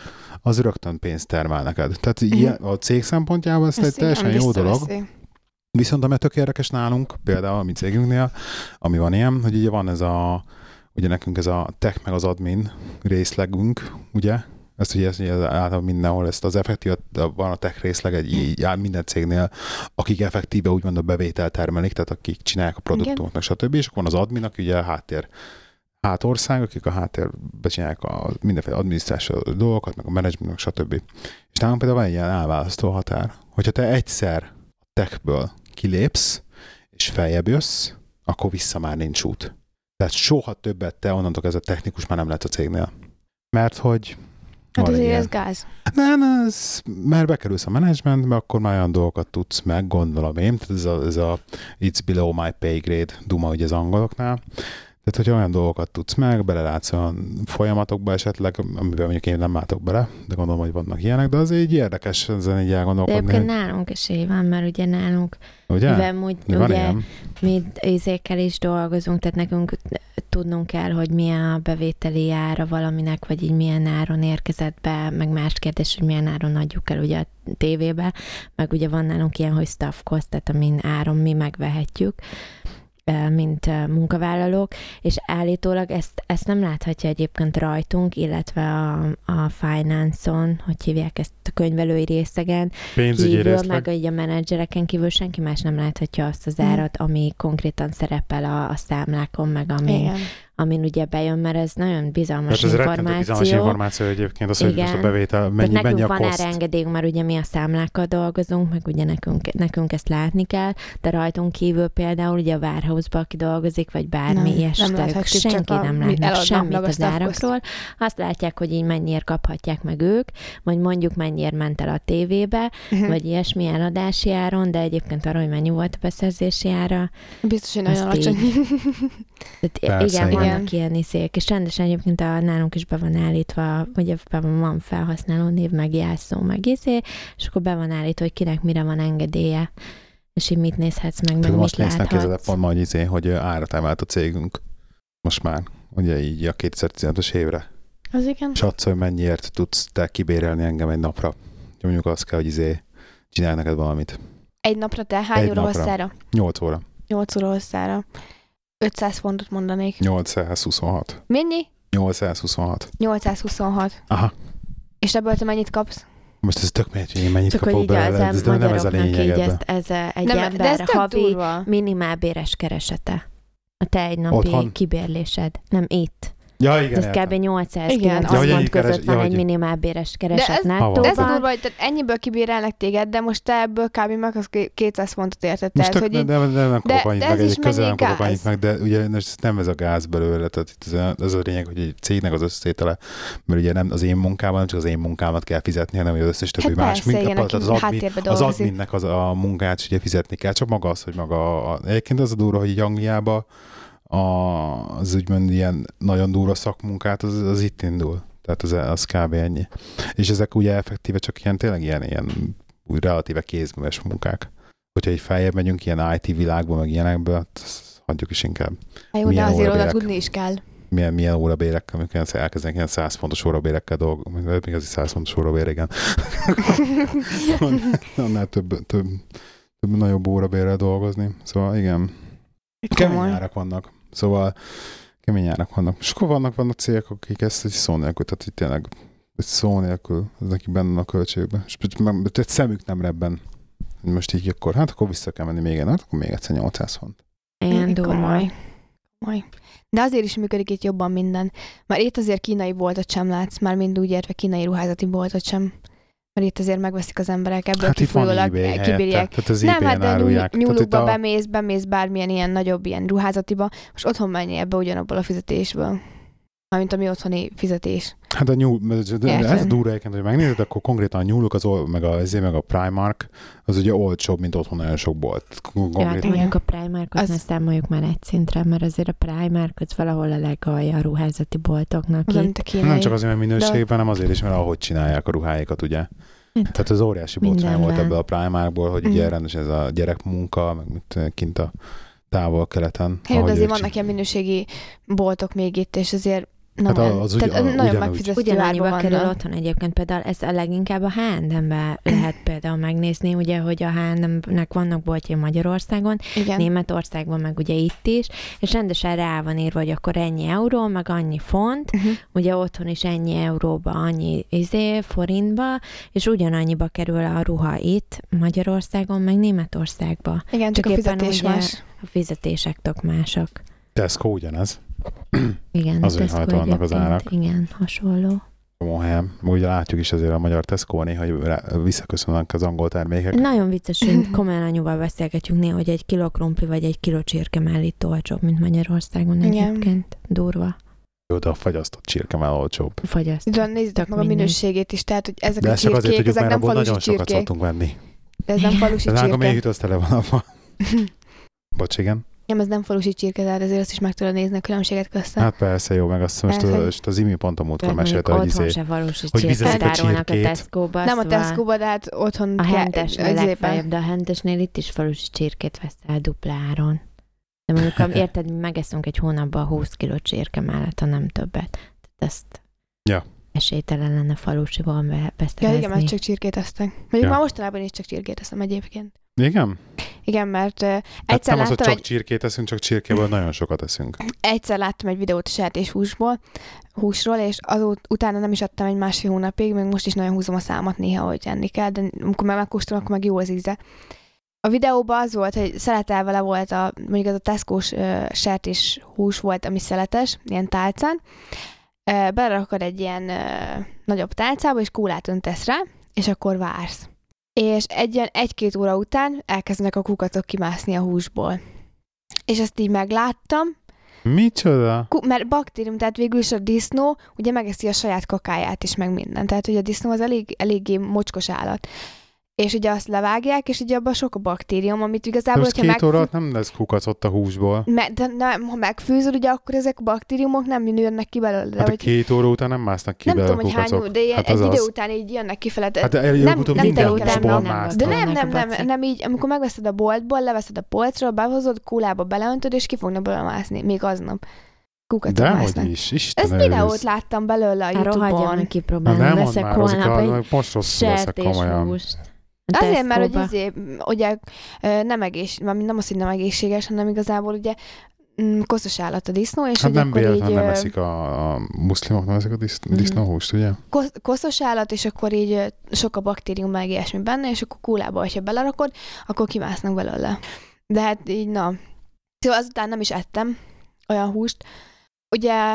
az rögtön pénzt termel neked. Tehát ilyen, a cég szempontjából ez, egy Ezt igen, teljesen jó dolog. visszaveszi. Viszont ami tök érdekes nálunk, például a mi cégünknél, ami van ilyen, hogy ugye van ez a, ugye nekünk ez a tech meg az admin részlegünk, ugye? Ezt ugye, ezt, ugye általában mindenhol ezt az effektív, van a tech részleg egy, így, áll minden cégnél, akik effektíve úgymond a bevételt termelik, tehát akik csinálják a produktumot, meg stb. És akkor van az admin, aki ugye a háttér hátország, akik a háttérbe csinálják a mindenféle adminisztrációs dolgokat, meg a menedzsment, meg stb. És nálunk például van egy ilyen elválasztó határ, hogyha te egyszer techből kilépsz, és feljebb jössz, akkor vissza már nincs út. Tehát soha többet te onnantól ez a technikus már nem lehet a cégnél. Mert hogy Hát van egy azért ilyen- ez gáz. nem, ez, mert bekerülsz a menedzsmentbe, akkor már olyan dolgokat tudsz meg, gondolom én. Tehát ez a, ez a it's below my pay grade duma ugye az angoloknál. Tehát, hogy olyan dolgokat tudsz meg, belelátsz olyan folyamatokba esetleg, amiben mondjuk én nem látok bele, de gondolom, hogy vannak ilyenek, de az így érdekes ezen így De elgondolkodni, egyébként hogy, nálunk is így van, mert ugye nálunk, ugye? mivel úgy, Van ugye ilyen? mi izékkel is dolgozunk, tehát nekünk tudnunk kell, hogy milyen a bevételi ára valaminek, vagy így milyen áron érkezett be, meg más kérdés, hogy milyen áron adjuk el ugye a tévébe, meg ugye van nálunk ilyen, hogy staff cost, tehát amin áron mi megvehetjük, eh, mint eh, munkavállalók, és állítólag ezt, ezt nem láthatja egyébként rajtunk, illetve a, a finance-on, hogy hívják ezt a könyvelői részegen, Pénzügyi kívül, részleg. meg így a menedzsereken kívül senki más nem láthatja azt az árat, ami konkrétan szerepel a, a számlákon, meg Mm. amin, Igen. amin ugye bejön, mert ez nagyon bizalmas Hát ez rettentő bizalmas információ. információ egyébként, az, hogy Igen. most a bevétel, Tehát mennyi, mennyi nekünk a van koszt. erre engedélyünk, mert ugye mi a számlákkal dolgozunk, meg ugye nekünk, nekünk ezt látni kell, de rajtunk kívül például ugye a warehouse-ba, aki dolgozik, vagy bármi Nem, ilyes, nem tagok, láthatjuk, csak senki a- mi nem látnak eladnám semmit meg a az staff árakról. Azt látják, hogy így mennyiért kaphatják meg ők, vagy mondjuk mennyiért ment el a tévébe, Hm. Mhm. vagy ilyesmi eladási áron, de egyébként arra, hogy mennyi volt a beszerzési ára. Biztos, hogy nagyon Azt így. alacsony. Tehát i- Persze, igen, igen. vannak ilyen iszék, és rendesen egyébként a, nálunk is be van állítva, ugye be van, van felhasználó név, meg jelszó, meg izé, és akkor be van állítva, hogy kinek mire van engedélye, és így mit nézhetsz meg, meg Tudom, most mit néznek ki láthatsz. ez a hogy, izé, hogy ö, árat emelt a cégünk. Most már, ugye így a 2015-ös évre. Az igen. És adsz, hogy mennyiért tudsz te kibérelni engem egy napra. Mondjuk azt kell, hogy izé csinálj neked valamit. Egy napra te hány Egy óra napra. hosszára? 8 óra. 8 óra hosszára. 500 fontot mondanék. 826. Mennyi? 826. 826. Aha. És ebből te mennyit kapsz? Most ez tök mehet, hogy én mennyit Csak hogy kapok így az belőle, ez- em- de nem ez a magyaroknak lényeg így ebben. ezt, ez a- egy Nem, de ez ember tök havi durva. minimálbéres keresete. A te egy napi Otthon? kibérlésed. Nem itt. Ja, igen, Ez kb. értem. 800 Igen, Ja, hogy 900 így pont keres- között van ja, egy hogy így. minimálbéres De kereset ez- Ha nettó. van. De ez a van. durva, hogy tehát ennyiből kibírálnak téged, de most te ebből kb. meg az 200 fontot érted. Most Tehát, tök, hogy de, így, de, de nem de kapok annyit ez meg, is egy közel nem mennyi kapok annyit gáz? meg, de ugye most ez nem ez a gáz belőle, tehát itt az, az a lényeg, hogy egy cégnek az összetétele, mert ugye nem az én munkában, nem csak az én munkámat kell fizetni, hanem az összes többi hát más. persze, igen, hát tehát aki az, admin, háttérbe az dolgozik. adminnek az a munkát is ugye fizetni kell, csak maga az, hogy maga... A, egyébként az a durva, hogy így Angliába a, az úgymond ilyen nagyon durva szakmunkát, az, az itt indul. Tehát az, az kb. ennyi. És ezek ugye effektíve csak ilyen, tényleg ilyen, ilyen úgy relatíve kézműves munkák. Hogyha egy feljebb megyünk ilyen IT világba, meg ilyenekbe, hát azt hagyjuk is inkább. Hát jó, de milyen azért oda órabérek. tudni is kell. Milyen, milyen órabérekkel, amikor ilyen- elkezdenek ilyen 100 fontos órabérekkel dolgozni, még az is 100 fontos órabér, igen. Annál több, több, több nagyobb órabérrel dolgozni. Szóval igen, kemény Komoly. árak vannak. Szóval kemény árak vannak. És akkor vannak, vannak cégek, akik ezt egy szó nélkül, tehát hogy tényleg egy szó nélkül, ez neki benne van a költségben. És meg- tehát szemük nem rebben. Most így akkor, hát akkor vissza kell menni még egy, hát akkor még egyszer 800 font. Ilyen durva. Komoly. Komoly. De azért is működik itt jobban minden. Már itt azért kínai boltot sem látsz, már mind úgy értve kínai ruházati boltot sem. Mert itt azért megveszik az emberek, ebből Hát itt van kifolyólag eBay eh, helyette. kibírják. Tehát az Nem, hát eBay-en de árulják. nyú- Tehát itt nyúlukba a- a... bemész, bemész bármilyen ilyen nagyobb ilyen ruházatiba, most otthon menj ebbe ugyanabból a fizetésből. Mármint a mi otthoni fizetés. Hát a nyúl, de- de Értem. ez a durva egyébként, hogy megnézed, akkor konkrétan a nyúlok, az, ol- meg a, ezért, meg a Primark, az ugye olcsóbb, mint otthon nagyon sok bolt. Jó, hát Konkrétan. Igen. mondjuk a Primarkot Az- ne számoljuk már egy szintre, mert azért a Primark az valahol a legalja a ruházati boltoknak. Az, Itt. amit a kínai. Nem csak azért, mert minőségben, hanem azért is, mert ahogy csinálják a ruháikat, ugye. Hm. Tehát az óriási botrány volt Mindenben. ebből a Primarkból, hogy ugye Mhm. rendes ez a gyerekmunka, meg mit eh, kint a távol-keleten. Hát, jó, ahogy de azért ők vannak ilyen minőségi boltok még itt, és azért nem Hát olyan- az ugy- tehát a- nagyon ugyanúgy. megfizető Ugyanannyiba árban kerül vannak. otthon egyébként, például ez a leginkább a H&M-be lehet például megnézni, ugye, hogy a H&M-nek vannak boltjai Magyarországon, Igen. Németországban, meg ugye itt is, és rendesen rá van írva, hogy akkor ennyi euró, meg annyi font, Mhm. ugye otthon is ennyi euróba, annyi izé, forintba, és ugyanannyiba kerül a ruha itt, Magyarországon, meg Németországba. Igen, csak, Csak a éppen fizetés ugye- más. A fizetések tök mások. Tesco ugyanez, Igen, Azért Tesco rajta vannak az egyébként, árak. Igen, hasonló. csomó helyen. Ugye látjuk is azért a magyar Tesco néha, hogy rá- visszaköszönnek az angol termékek. Nagyon vicces, hogy komolyan anyuval beszélgetjünk néha, hogy egy kiló krumpli vagy egy kiló csirke mellé olcsóbb, mint Magyarországon Igen. egyébként. Durva. Hm. Jó, de a fagyasztott csirke már olcsóbb. Fagyaszt. De nézzétek Tök meg a mindegy. minőségét is, tehát hogy ezek De a ezt csak azért csirkék, tudjuk, ezek mert nem abból falusi nagyon sokat csirkék. szoktunk venni. De ez nem falusi De nálam még csirke. jutott tele van a fa. Bocs, igen. Nem, ez nem falusi csirke, tehát azért azt is meg tudod nézni a különbséget köztem. Hát persze, jó, meg azt most, Hát, az, hogy- most az imi pont a múltkor Tehát mondjuk mesélte, hogy otthon izé, se valós, hogy hogy vizezik csirkét a árulnak a, csirkét. Tesco-ba. Nem a szóval Tesco-ba, de hát otthon A kell- hentesnél az éppen. legfeljebb, de a hentesnél itt is falusi csirkét veszel dupláron. De mondjuk, am- érted, mi megeszünk egy hónapban 20 kiló csirke mellett, ha nem többet. Tehát ezt Ja. esélytelen lenne falusiban be- Ja, beszerezni. igen, mert csak csirkét esztek. Mondjuk Ja. már mostanában is csak csirkét eszem egyébként. Igen? Igen, mert uh, Hát egyszer, nem az, hogy láttam csak egy, csirkét eszünk, csak csirkéből nagyon sokat eszünk. egyszer láttam egy videót sertéshúsból, húsról, és azóta utána nem is adtam egy másfél hónapig, még most is nagyon húzom a számot néha, hogy enni kell, de amikor meg megkóstolom, akkor meg jó az íze. A videóban az volt, hogy szeletelve volt a, mondjuk az a teszkós uh, sertés hús volt, ami szeletes, ilyen tálcán. Uh, belerakod egy ilyen uh, nagyobb tálcába, és kólát öntesz rá, és akkor vársz. És egy ilyen egy-két óra után elkezdenek a kukacok kimászni a húsból. És ezt így megláttam, Micsoda? Ku- mert baktérium, tehát végül is a disznó ugye megeszi a saját kakáját is, meg minden. Tehát, hogy a disznó az elég, eléggé mocskos állat. És ugye azt levágják, és ugye abban sok a baktérium, amit De igazából, most hogyha két meg... órát nem lesz kukacott a húsból. Me, de nem, ha megfőzöd, ugye akkor ezek a baktériumok nem jönnek ki belőle. Hát a vagy, két óra után nem másznak ki nem belőle tudom, a hogy hány kukacok. óra, de ilyen, Hát egy az idő az. után így jönnek kifele. Hát Tehát előbb-utóbb nem minden te után húsból nem de másznak. de nem, vannak nem, a nem, bacik. nem így, amikor megveszed a boltból, leveszed a polcról, behozod, kólába beleöntöd, és ki fognak belőle mászni, még aznap. Kukacok De másznak. hogy is, Ezt Isten videót láttam belőle a Hát rohadjam, Youtube-on. hogy Na kipróbálom. nem mondd Veszek már, Rozika, holnap egy meg most rosszul leszek komolyan. sertéshúst. Azért, mert hogy Tesco-ba. izé, m, ugye ö, nem egész, mármint nem az, hogy nem egészséges, hanem igazából ugye m, koszos állat a disznó, és Hát hogy nem akkor így véletlenül nem ö, Mhm. eszik a, a muszlimok, nem eszik a diszt- disznóhúst, ugye? kosz- koszos állat, és akkor így ö, sok a baktérium meg ilyesmi benne, és akkor kólába, hogyha belerakod, akkor kimásznak belőle. De hát így, na. Szóval azután nem is ettem olyan húst. Ugye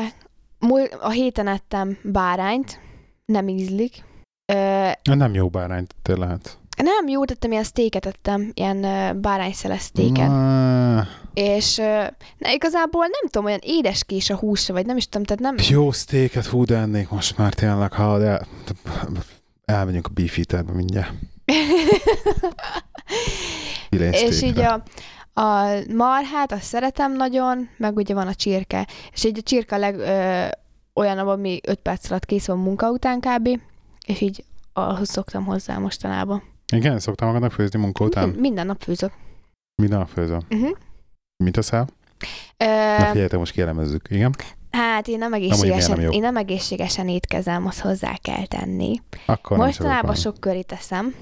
múl- a héten ettem bárányt, nem ízlik. Ö, Na, Hát Nem jó bárányt te lehet. Nem, jó, tettem ilyen sztéket ettem, ilyen ö, bárányszeles sztéket. Mhm. Ah, És ö, na, igazából nem tudom, olyan édeskés a húsa, vagy nem is tudom, tehát nem... Jó sztéket hú, de ennék most már tényleg, ha de elmegyünk a beef eaterbe mindjárt. és így Filénsztékre. a, a marhát, azt szeretem nagyon, meg ugye van a csirke. És így a csirke a leg, ö, olyan, ami 5 perc alatt kész van munka után kb. És így ahhoz szoktam hozzá mostanában. Igen, szoktam magadnak főzni munka után? Min- minden nap főzök. Minden nap főzöm. Uh-huh. Mit teszel? Na Ö, figyelj, te most kielemezzük, igen? hát én nem, miért egészségesen, nem jó? én nem egészségesen étkezem, azt hozzá kell tenni. Akkor nem Mostanában sok. sok köré teszem.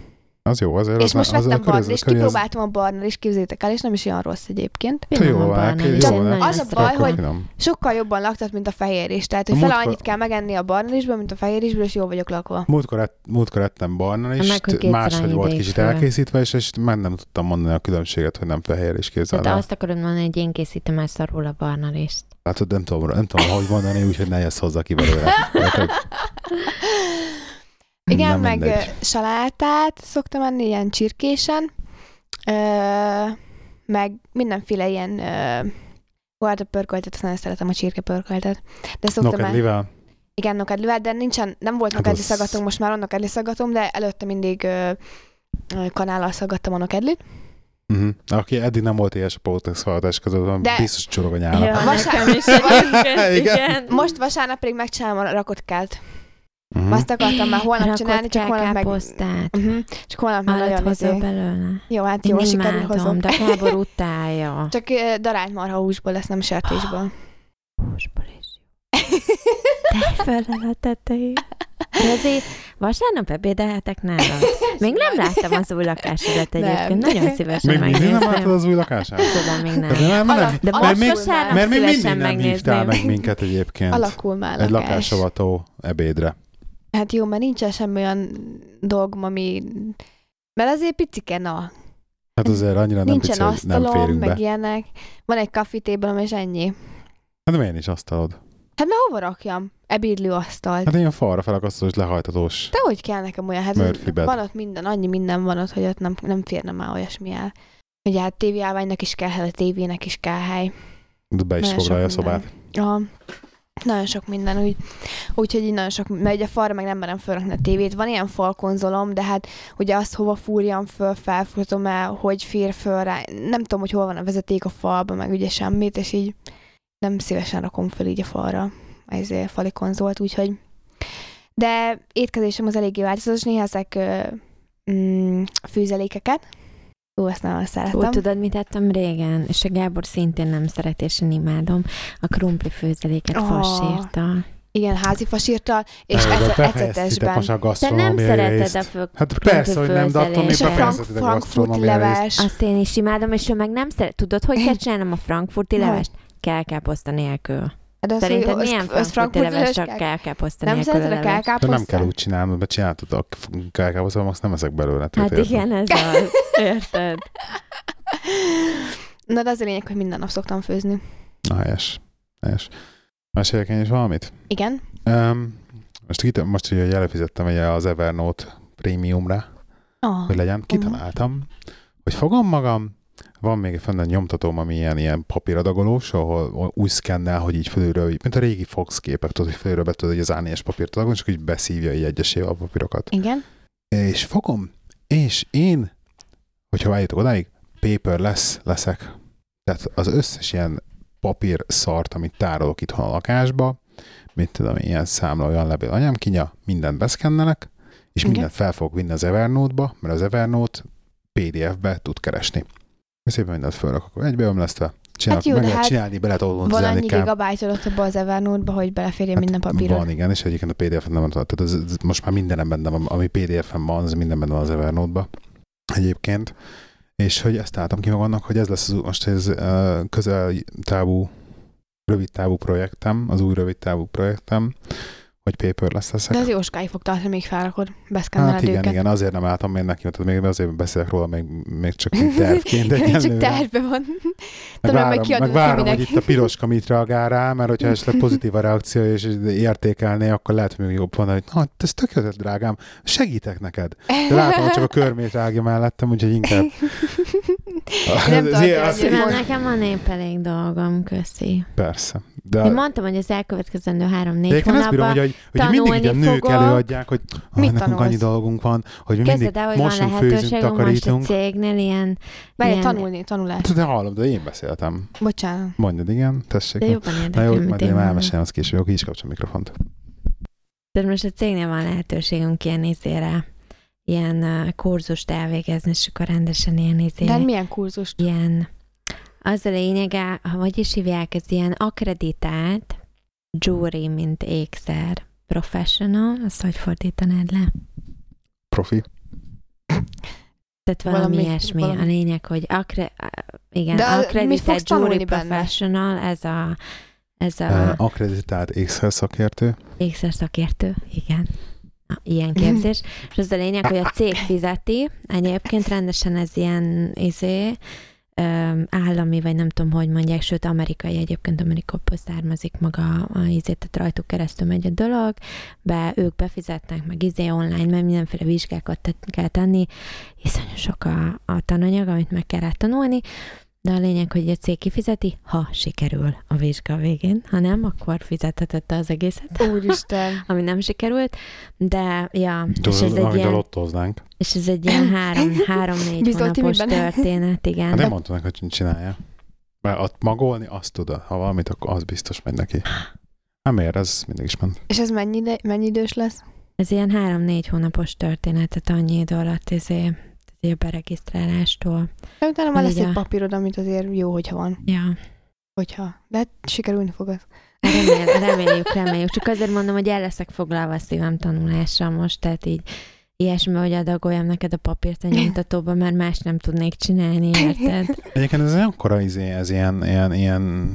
Az jó, azért és az most az vettem akkor ez- barnist, akkor ez- kipróbáltam a barnal is, képzétek el, és nem is olyan rossz egyébként. Te jó Finoman van, barna, jó hát és Csak én van, nagyon hát az a szeretem. baj, hogy- finom. Sokkal jobban laktat, mint a fehér is. Tehát, hogy A fel múltkor- annyit kell megenni a barnalisből, mint a fehér isből, és jó vagyok lakva. Múltkor, ett, múltkor ettem barna is, Meg, hogy kétszer máshogy annyi volt ideig kicsit főleg. elkészítve, és, és már nem tudtam mondani a különbséget, hogy nem fehér és Tehát képzeld el. Hát azt akarod mondani, hogy én készítem el szarul a barnalést. Látod, Hát, nem tudom, nem tudom, hogy mondani, úgyhogy ne jössz hozzá ki belőle. Érted? Igen, Na, meg Hmm, mindegy. mindegy. salátát szoktam enni ilyen csirkésen, ö, meg mindenféle ilyen ö, guarda pörköltet, azt nagyon szeretem a csirke pörköltet. De szoktam Noked enni. livel? Igen, nokedlivel, de nincsen, nem volt Hát nokedli az- szagatom, most már van nokedli szagatom, de előtte mindig ö, ö, kanállal szaggattam a nokedlit. Mhm. Aki eddig nem volt ilyes a podcast hallgatás között, van De- biztos csorog a nyára. A vasár- nekem is egyébként, Igen. igen. Most vasárnap pedig megcsinálom a rakott kelt. Mhm. Azt akartam már holnap Rakott csinálni, csak holnap meg... káposztát. Uh-huh. Csak holnap már Állat nagyon hozol izé. belőle. Jó, hát Én jó, sikerül imádom, hozom. de Gábor utálja. Csak ö, darált marha húsból lesz, nem sertésből. Húsból is. Te felel a tetején. De azért vasárnap ebédelhetek nálad. Még nem láttam az új lakásodat Nem. egyébként. Nagyon szívesen Még mindig nem megnézem. látod az új lakását? Tudom, még nem. De, nem, Alap- nem, De Mert most még- vasárnap mert még mindig szívesen nem hívtál megnézném. meg minket egyébként. Alakul már Egy lakás. lakásavató ebédre. Hát jó, mert nincsen semmi olyan dolgom, ami... Mert azért picike, na. Hát azért annyira nem nincsen picit, hogy nem asztalom, férünk meg be. ilyenek. Van egy kafitébelem, és ennyi. Hát miért is asztalod? Hát mert hova rakjam? Ebédlő asztalt. Hát ilyen falra felakasztós, lehajtatós. De hogy kell nekem olyan? Hát Murphy bed. van ott minden, annyi minden van ott, hogy ott nem, nem férne már olyasmi el. Ugye hát tévéállványnak is kell hely, a tévének is kell hely. De be is Nagyon foglalja a sok minden. szobát. A, nagyon sok minden, úgy, úgyhogy így nagyon sok, mert ugye falra meg nem merem fölrakni a tévét. Van ilyen falkonzolom, de hát ugye azt hova fúrjam föl, felfutom el, hogy fér föl rá. Nem tudom, hogy hol van a vezeték a falba, meg ugye semmit, és így nem szívesen rakom föl így a falra ezért fali konzolt, úgyhogy de étkezésem az eléggé változatos, néha ezek ö, mm, fűzelékeket. Ú, ezt nagyon Úgy szeretem. tudod, mit ettem régen? És a Gábor szintén nem szeret, és én imádom. A krumpli főzeléket Ó. oh. fasírta. Igen, házi fasírtal, és Erről ece- befejeztitek ecetesben. most Szóval a Te nem gastronómiai szereted részt. a fő... Hát persze, hogy nem, de attól még fölfőzdelés. Frank- befejezhetitek a Frankfurt gasztronómiai részt. leves. Azt én is imádom, és ő meg nem szeret. Tudod, hogy kell csinálnom a frankfurti Hogy? levest? Kell káposzta nélkül. hát De az, Szerinted hogy milyen az- az frankfurti frankfurti leves leves csak kell- kell káposzta Nem nélkül a szereted a leves? De kákáposztát? nem kell úgy csinálni, mert csináltad a kákához, azt szóval nem ezek belőle. tehát Hát érted? igen, ez az. Érted? Na, de az a lényeg, hogy minden nap szoktam főzni. Na, helyes. Helyes. Meséljek én is valamit? Igen. Um, most, kit- most, hogy előfizettem ugye az Evernote prémiumra, Oh. hogy legyen, kitaláltam, hogy fogom magam, van még fenn egy nyomtatóm, ami ilyen, ilyen papíradagolós, ahol úgy szkennel, hogy így fölülről, így- mint a régi Fox képek, tudod, hogy fölülről be tudod így az A4-es papírt adagolni, csak így beszívja így egyesével a papírokat. Igen. És fogom, és én, hogyha eljutok odáig, paper lesz, leszek. Tehát az összes ilyen papír szart, amit tárolok itthon a lakásba, mit tudom, én, ilyen számla, olyan levél anyám kinya, mindent beszkennelek, és Igen. mindent fel fogok vinni az Evernote-ba, mert az Evernote PDF-be tud keresni. Szépen mindent felrakok egybeömlesztve, csinálok, jó, meg de lehet hát csinálni, bele tudom Van annyi tolonizálni kell. gigabájtod ott abba az Evernote-ba, hogy beleférjen minden papíron. Hát Van, igen, és egyébként a PDF-et nem tudom. Tehát ez, ez most már mindenem benne van, ami PDF-en van, az minden benne van az Evernote-ba egyébként. És hogy ezt álltam ki magamnak, hogy ez lesz az, ú- most ez ö, közel távú, rövid távú projektem, az új rövid távú projektem, hogy paper lesz leszek. De az jóskáig fog tartani, még felrakod, beszkenneled Hát igen, őket. igen, azért nem álltam még neki, tehát még azért beszélek róla, még, még csak így tervként. Csak egyenlőre. tervbe van. Meg Tudom, majd várom, kiadod meg várom hogy mindenki. itt a piroska mit reagál rá, mert hogyha esetleg pozitív a reakció és értékelné, akkor lehet, hogy még jobb van, hogy na, ez tök jó, ötlet, drágám, segítek neked. De látom, hogy csak a körmét rágja mellettem, úgyhogy inkább. Nem Az- tartja az- annyira. Szóval nekem van épp elég dolgom, köszi. Hát- Persze. De Én mondtam, hogy az elkövetkezendő de három-négy én ezt bírom, hónapban hogy, hogy, hogy mindig így a tanulni nők fogok. előadják, hogy ah, Mit nekünk tanulsz? annyi dolgunk van, hogy mi mindig Kezded el, hogy van mosunk, főzünk, lehetőségünk most a takarítunk. Hát, cégnél ilyen... Várj, ilyen- tanulni, tanulás. De hallom, de én beszéltem. Bocsánat. hát Mondjad, igen, tessék. De jobban Na érdekel, jó, mint majd én én mondom. elmesélem, az később, akkor így is kapcsolom a mikrofont. Tehát most a cégnél van lehetőségünk ilyen izére, ilyen uh, kurzust elvégezni, és akkor rendesen ilyen De izére. hát milyen kurzust? Ilyen, az a lényege, ha hogy is hívják, ez ilyen akreditált jury, mint ékszer professional, azt hogy fordítanád le? Profi. Tehát valami, valami Valami- ilyesmi. Valami. valami- A lényeg, hogy akre, igen, De a- mit accredited fogsz jury tanulni benne? professional, ez a ez Uh, a akreditált Excel szakértő. ékszer szakértő, igen. Na, Ilyen képzés. És az a lényeg, hogy a cég fizeti, egyébként rendesen ez ilyen izé, öm, állami, vagy nem tudom, hogy mondják, sőt, amerikai egyébként, Amerikából származik maga a izé, tehát rajtuk keresztül megy a dolog, be ők befizetnek, meg izé online, mert mindenféle vizsgákat te- kell tenni, iszonyú sok a, a tananyag, amit meg kell rá tanulni, de a lényeg, hogy a cég kifizeti, ha sikerül a vizsga végén, ha nem, akkor fizethetette az egészet Úristen. ami nem sikerült, de ja, és ez, Tudod, egy amit a Hát ilyen, lottoznánk. és ez egy ilyen három, három-négy Bizony, hónapos Timi benne. történet, igen. Hát nem mondtanak, hogy csinálja. Mert ott magolni azt tudod, ha valamit, akkor az biztos megy neki. Nem ér, ez mindig is ment. És ez mennyi, ide, mennyi idős lesz? Ez ilyen három-négy hónapos történet, tehát annyi idő alatt izé, izé a beregisztrálástól. De utána már lesz Ugye. egy papírod, amit azért jó, hogyha van. Ja, Hogyha. De hát sikerülni fog az. remél, reméljük, reméljük. Csak azért mondom, hogy el leszek foglalva a szívem tanulással most, tehát így ilyesmi, hogy adagoljam neked a papírt a nyomtatóba, mert más nem tudnék csinálni, érted? Egyébként ez akkora izé, ez ilyen, ilyen, ilyen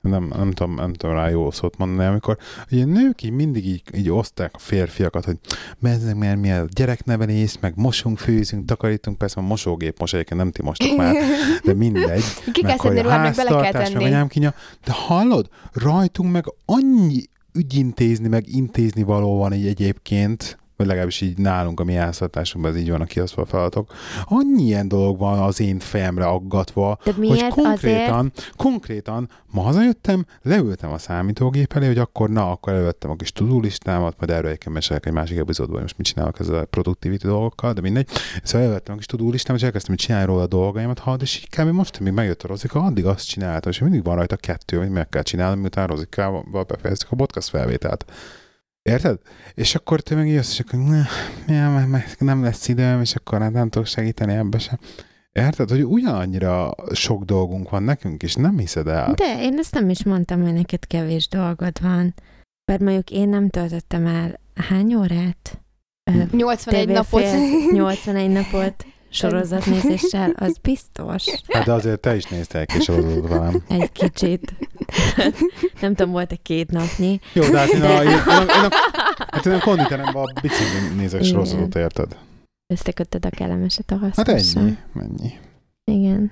nem, nem, tudom, nem tudom rá jó szót mondani, amikor ugye nők így mindig így, így oszták a férfiakat, hogy bezzeg, mert mi a gyereknevelés, meg mosunk, főzünk, takarítunk, persze a mosógép most egyébként nem ti mostok már, de mindegy. Ki kell szedni róla, meg bele kell háztartás, meg tenni. anyám kínja, de hallod, rajtunk meg annyi ügyintézni, meg intézni való van így egyébként, vagy legalábbis így nálunk a mi háztartásunkban ez így vannak kiosztva a feladatok, annyi ilyen dolog van az én fejemre aggatva, De hogy miért azért? konkrétan, konkrétan ma hazajöttem, leültem a számítógép elé, hogy akkor na, akkor elővettem a kis tudulistámat, majd erről egyébként mesélek egy másik epizódban, hogy most mit csinálok ezzel a productivity dolgokkal, de mindegy. Szóval elővettem a kis tudulistámat, és elkezdtem így csinálni róla a dolgaimat, ha, és így kb. most, amíg megjött a Rozika, addig azt csináltam, és mindig van rajta kettő, hogy meg kell csinálnom, miután Rozikával befejeztük a podcast felvételt. Érted? És akkor te meg jössz, és akkor "Ne, nem, nem, nem lesz időm, és akkor hát nem tudok segíteni ebbe sem. Érted, hogy ugyanannyira sok dolgunk van nekünk is, nem hiszed el. De én ezt nem is mondtam, hogy neked kevés dolgod van. Bár mondjuk én nem töltöttem el hány órát? Ö, Hm. 81 TV napot. fél- 81 napot sorozatnézéssel, az biztos Hát de azért te is néztél kis sorozatot velem. egy kicsit. nem tudom, volt-e két napnapnyi. Jó, de hát én a, De- én, én a, én a, hát én a konditeremben a bicikli nézek Igen. sorozatot, érted? Összekötted a kellemeset a Hát hasznosan. ennyi, ennyi. Igen.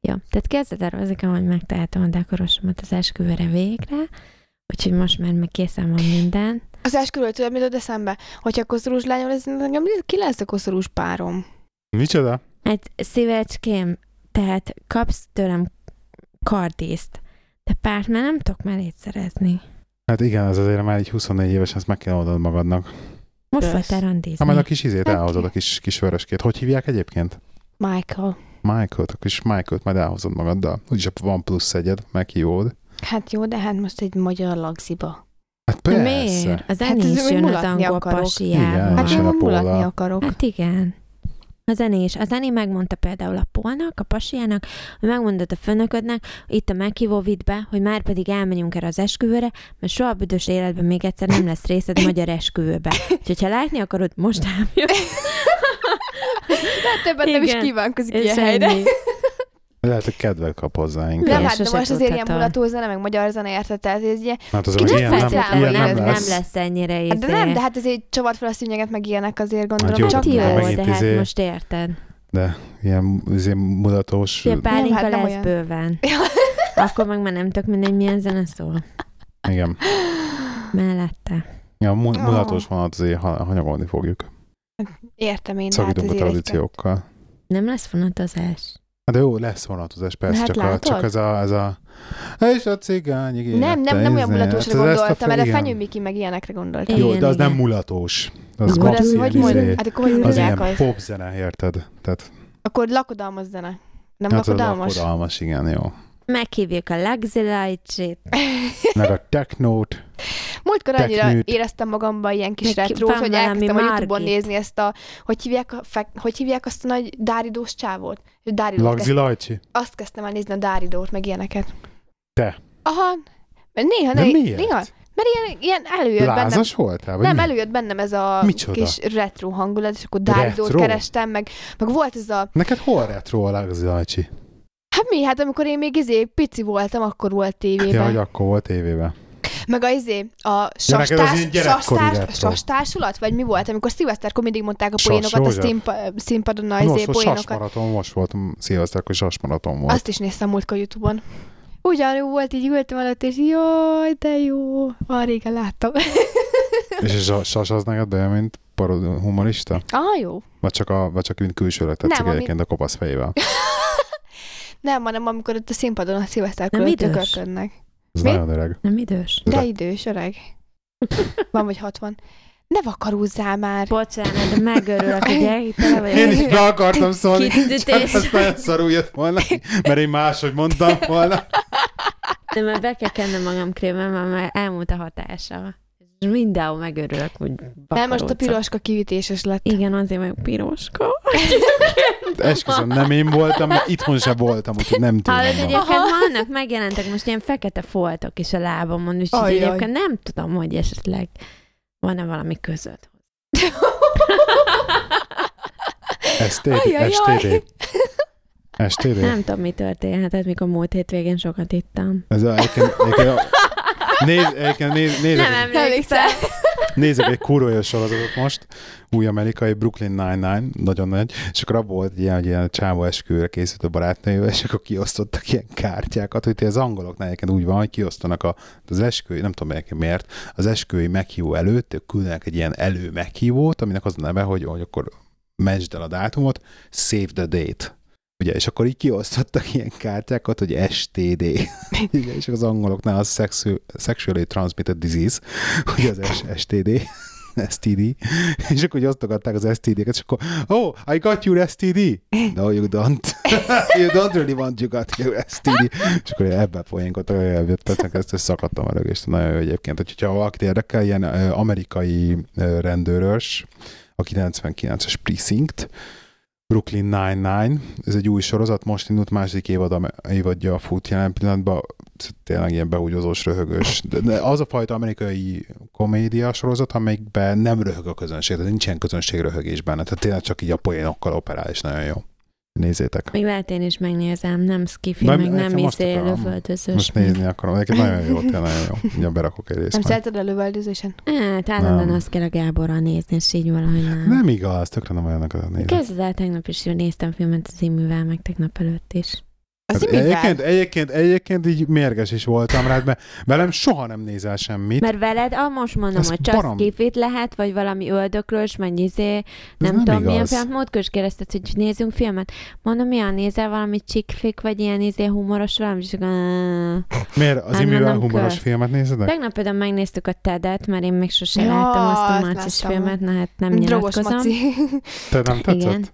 Jó, tehát kezded el ezek, hogy megtehetem a dekorosomat az esküvőre végre, úgyhogy most már meg készen van minden. Az esküvőről tudod, mit ad eszembe? Hogyha koszorús lányom lesz, nekem ki lesz a koszorús párom? Micsoda? Hát szívecském, tehát kapsz tőlem kardészt, de párt már nem tudok mellét szerezni. Hát igen, ez azért már így 24 éves, ezt meg kell oldanod magadnak. Most Persze. vagy te Hát randézni. majd a kis izét Hát elhozod, ki? a kis, kis vöröskét. Hogy hívják egyébként? Michael. Michael-t, a kis Michael-t majd elhozod magaddal. Úgyis van plusz egyed, meghívód. Hát jó, de hát most egy magyar lagziba. Hát De persze. miért? Az Hát Eni ez is úgy jön az mulatni angol akarok. pasiával. Igen, Hát és én én a nem mulatni Póla. akarok. Hát igen. A zenés. A zené megmondta például a polnak, a pasiának, hogy megmondott a főnöködnek, itt a meghívó vidd be, hogy már pedig elmenjünk erre az esküvőre, mert soha büdös életben még egyszer nem lesz részed magyar esküvőbe. Úgyhogy ha látni akarod, most eljössz. Hát többet nem is Igen. kívánkozik És ilyen helyre. ennyi. Lehet, hogy kedvet kap hozzá inkább. Nem, hát de sose most azért ilyen tudhatod. mulató zene, meg magyar zene érted, tehát ez ilyen. Hát az, Kicsit hogy ilyen nem, felszámolni, ilyen nem, nem, lesz. nem lesz ennyire izé. Hát de nem, de hát azért csavart fel a szűnyeget, meg ilyenek azért gondolom. jó, Hát Csak jó, megint de hát izé- most érted. Ilyen, izé ilyen mulatós... Ugye pálinka hát nem lesz olyan. bőven. Akkor meg már nem tök mindegy, milyen zene szól. Igen. Mellette. Ja, a mu- Ah. mulatos vonalat azért ha- hanyagolni fogjuk. Értem én, de hát Szakítunk a azért egy- tradíciókkal. Nem lesz vonatozás. Hát de jó, lesz vonatozás, persze, Hát csak, a, látod? csak ez a, ez a... És a cigány, igen. Hát Nem, nem, nem izé. olyan mulatósra gondoltam, erre Fenyő Miki meg ilyenekre gondoltam. Igen, Jó, de az igen. nem mulatós. Az Akkor kapsz az ilyen hogy izé- mondjuk? Hát akkor hogy az ilyen mondják azt? popzene, érted? Tehát, Akkor lakodalmas zene. Nem hát az lakodalmas? lakodalmas, igen, jó. Meghívjuk a Lagzilajcsit. Meg a technót. Múltkor annyira Teknőt. éreztem magamban ilyen kis Meg ki- retrót, van hogy valami elkezdtem a Youtube-on Margit. nézni ezt a, hogy hívják, a, fek, hogy hívják azt a nagy dáridós csávót? És Dáridót kezd, Lagzi Lajcsi. azt kezdtem el nézni a dáridót, meg ilyeneket. Te. Aha, mert néha, De né- miért? néha, Mert ilyen, ilyen előjött bennem. Lázas voltál? Vagy nem, mi? előjött bennem ez a Micsoda? kis retro hangulat, és akkor Dávidót Retro? kerestem, meg, meg volt ez a... Neked hol retro a Lázajcsi? Hát mi? Hát amikor én még izé pici voltam, akkor volt tévében. Ja, hogy akkor volt tévében. Meg a izé, a neked az ilyen sastás, gyerekkori retro. sastás, sastársulat, vagy mi volt, amikor szilveszterkor mindig mondták a Sas poénokat, a József. színpa, színpadon a izé Most volt poénokat. sasmaraton, most voltam szilveszterkor sasmaraton volt. Azt is néztem múltkor Youtube-on. Ugyanúgy volt, így ültem alatt, és jaj, de jó, már régen láttam. És a sas az neked olyan, mint parod humorista? ah, jó. Vagy csak, a, vagy csak mint külsőre tetszik Nem, ami- egyébként a kopasz fejével? Nem, hanem amikor ott a színpadon a szilveszterkor Nem ott idős. tükörködnek. Ez Mi? nagyon öreg. Nem idős. De Öreg. idős, öreg. Van vagy 60. Ne vakarózzál már. Bocsánat, de megörülök, hogy elhitele vagyok. Én is be akartam szólni, csak Kitütés. ez nagyon szarul jött volna, mert én máshogy mondtam volna. De már be kell kennem magam krémem, mert már elmúlt a hatása. Mindenhol megörülök, hogy Mert most a bakarócok. piroska kiütéses lett. Igen, azért meg piroska. Esküszöm, nem én voltam, mert itthon sem voltam, úgyhogy nem tudom. Hallod, ma. egyébként vannak, megjelentek most ilyen fekete foltok is a lábamon, úgyhogy Ajjaj. egyébként nem tudom, hogy esetleg van-e valami között. STD, Ajajaj. STD. STD. Nem tudom, mi történhetett, mikor múlt hétvégén sokat ittam. Ez a, egyébként, egyébként a- néz, egyébként néz, néz, Nem Nem emlékszem. emlékszel? Nézzük egy kurva jó sorozatot most, új amerikai, Brooklyn Nine-Nine, nagyon nagy, és akkor abból volt ilyen, hogy ilyen csávó esküvőre készült a barátnőjével, és akkor kiosztottak ilyen kártyákat, hogy az angoloknál egyébként úgy van, hogy kiosztanak a, az esküvői, nem tudom egyébként miért, az esküvői meghívó előtt ők küldenek egy ilyen elő meghívót, aminek az a neve, hogy, hogy akkor mentsd el a dátumot, save the date. Ugye, és akkor így kiosztottak ilyen kártyákat, hogy STD. Ugye, és az angoloknál az sexu- sexually transmitted disease, ugye az S- STD. STD, és akkor hogy osztogatták az STD-ket, és akkor, oh, I got your STD. No, you don't. you don't really want you got your STD. És akkor ebben poénkodtak, hogy eljöttek, ezt és szakadtam a rögést. Nagyon jó egyébként. Hogyha valakit érdekel, ilyen ö, amerikai ö, rendőrös, a 99-es Precinct, Brooklyn Nine-Nine, ez egy új sorozat, most indult második évad, am- évadja fut jelen pillanatban, tényleg ilyen behúgyozós, röhögös. De- De az a fajta amerikai komédia sorozat, amelyikben nem röhög a közönség, tehát nincsen közönség röhögés benne, tehát tényleg csak így a poénokkal operál, és nagyon jó. Nézzétek. Még lehet én is megnézem, nem skifi, Nem, meg nem nekem most izé akarom. előföldözős. Most nézni akarom, egyébként nagyon jó, tényleg nagyon jó. Ugye berakok egy Nem részt. majd. szereted a lövöldözésen? Hát állandóan Nem. azt kell a Gáborral nézni, és így valahogy nem. Nem igaz, tökre nem olyanok a nézni. Kezded el, tegnap is néztem filmet az imivel, meg tegnap előtt is. Az Hát imivel? Egyébként, egyébként, egyébként így mérges is voltam rád, mert velem soha nem nézel semmit. Mert veled, ah, most mondom, Ez hogy csak barom. skifit lehet, vagy valami öldöklős, vagy izé, Ez nem, tudom, milyen igaz. filmet. Múltkor is kérdezted, hogy nézzünk filmet. Mondom, milyen nézel valami chick-flick, vagy ilyen izé humoros valami, és akkor, "Ah." Miért az Nem, nem, imivel nem humoros kell. filmet nézed? Tegnap például megnéztük a Tedet, mert én még sose Ja, láttam azt a azt Marcis láttam. filmet, na hát nem Drogos nyilatkozom. maci. Te nem tetszett? Igen.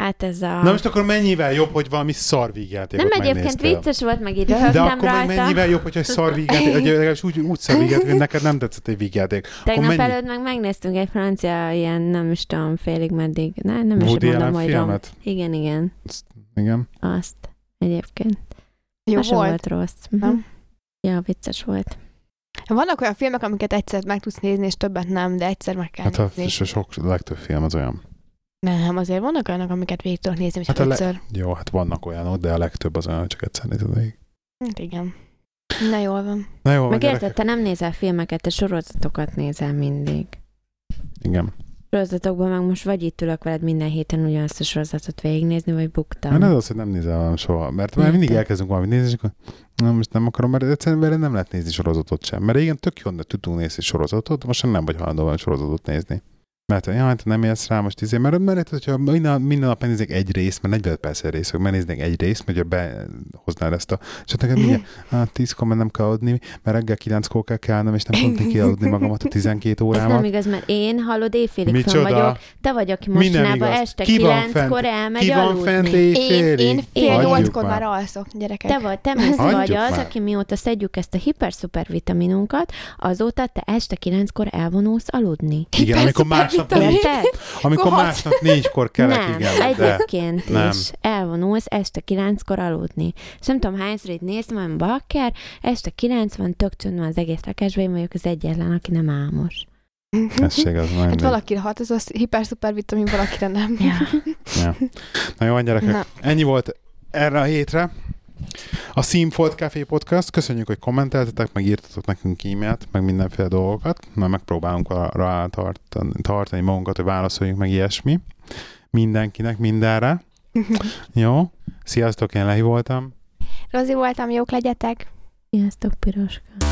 Hát ez a... Na most akkor mennyivel jobb, hogy valami szarvígjátékot nem egyébként megnéztél? vicces volt, meg így De röhögtem akkor meg rajta. mennyivel jobb, hogyha egy szarvígjáték, vagy legalábbis úgy, úgy szarvígjáték, hogy neked nem tetszett egy vígjáték. Tegnap mennyi? előtt meg megnéztünk egy francia ilyen, nem is tudom, félig meddig. Na, nem is Woody mondom, Allen hogy rom. filmet? Igen, igen. Igen. Azt egyébként. Jó Az sem volt. Mhm. volt rossz. Mhm. Nem? Hát Ja, vicces volt. Vannak olyan filmek, amiket egyszer meg tudsz nézni, és többet nem, de egyszer meg kell Hát hát a, nézni. és a sok, a legtöbb film az olyan. Nem, azért vannak olyanok, amiket végig tudok nézni, és Hát hát a le- ötször. Jó, hát vannak olyanok, de a legtöbb az olyan, hogy csak egyszer nézed végig. Hát igen. Na jól van. Na jó, van, Meg gyerekek. érted, te nem nézel filmeket, te sorozatokat nézel mindig. Igen. Sorozatokban meg most vagy itt ülök veled minden héten ugyanazt a sorozatot végignézni, vagy buktam. Hát az az, hogy nem nézel valamit soha, mert már Nem, mindig te- elkezdünk valamit nézni, és akkor nem, most nem akarom, mert egyszerűen vele nem lehet nézni sorozatot sem. Mert igen, tök jön, de tudtunk nézni sorozatot, most már nem vagy hajlandó valami sorozatot nézni. Mert ja, hát nem élsz rá most izé, mert, mert hogyha minden, minden nap néznék egy részt, mert 45 perc egy rész, hogy megnéznék egy részt, mert ugye behoznál ezt a... És hát nekem mindjárt, hát 10 már nem kell adni, mert reggel 9-kor kell kelnem, és nem tudom kiadni magamat a 12 Ez nem órámat. igaz, mert én halod éjfélig fönn Micsoda? vagyok, te vagy, aki Mi nem mostanában igaz? este Ki van kilenckor fent? elmegy Ki van aludni. fent Én, éjfélig? én fél Hagyjuk nyolckor már alszok, gyerekek. Te vagy, te mész Hagyjuk vagy az, már. aki mióta szedjük ezt a hiper-szuper vitaminunkat, azóta te este kilenckor elvonulsz aludni. Igen, amikor Hiper-szuper más mit tudom én. Érted? Amikor Kohat. másnap négykor kelek, nem, igen. De egyébként Nem. is. Elvonulsz este kilenckor aludni. És nem tudom hányszor itt néztem, olyan bakker, este kilenc van, tök csönd van az egész lakásban, én vagyok az egyetlen, aki nem álmos. tessék, az nem. Hát valakire hat az a hiper-szuper vitamin, valakire nem. Ja. Na jó, van, gyerekek. Na. Ennyi volt erre a hétre. A Színfolt Café Podcast. Köszönjük, hogy kommenteltetek, meg írtatok nekünk e-mailt, meg mindenféle dolgokat. Na, megpróbálunk arra tartani, tartani magunkat, hogy válaszoljunk meg ilyesmi. Mindenkinek, mindenre. Jó? Sziasztok, én Lehi voltam. Rozi voltam, jók legyetek! Sziasztok, piroska!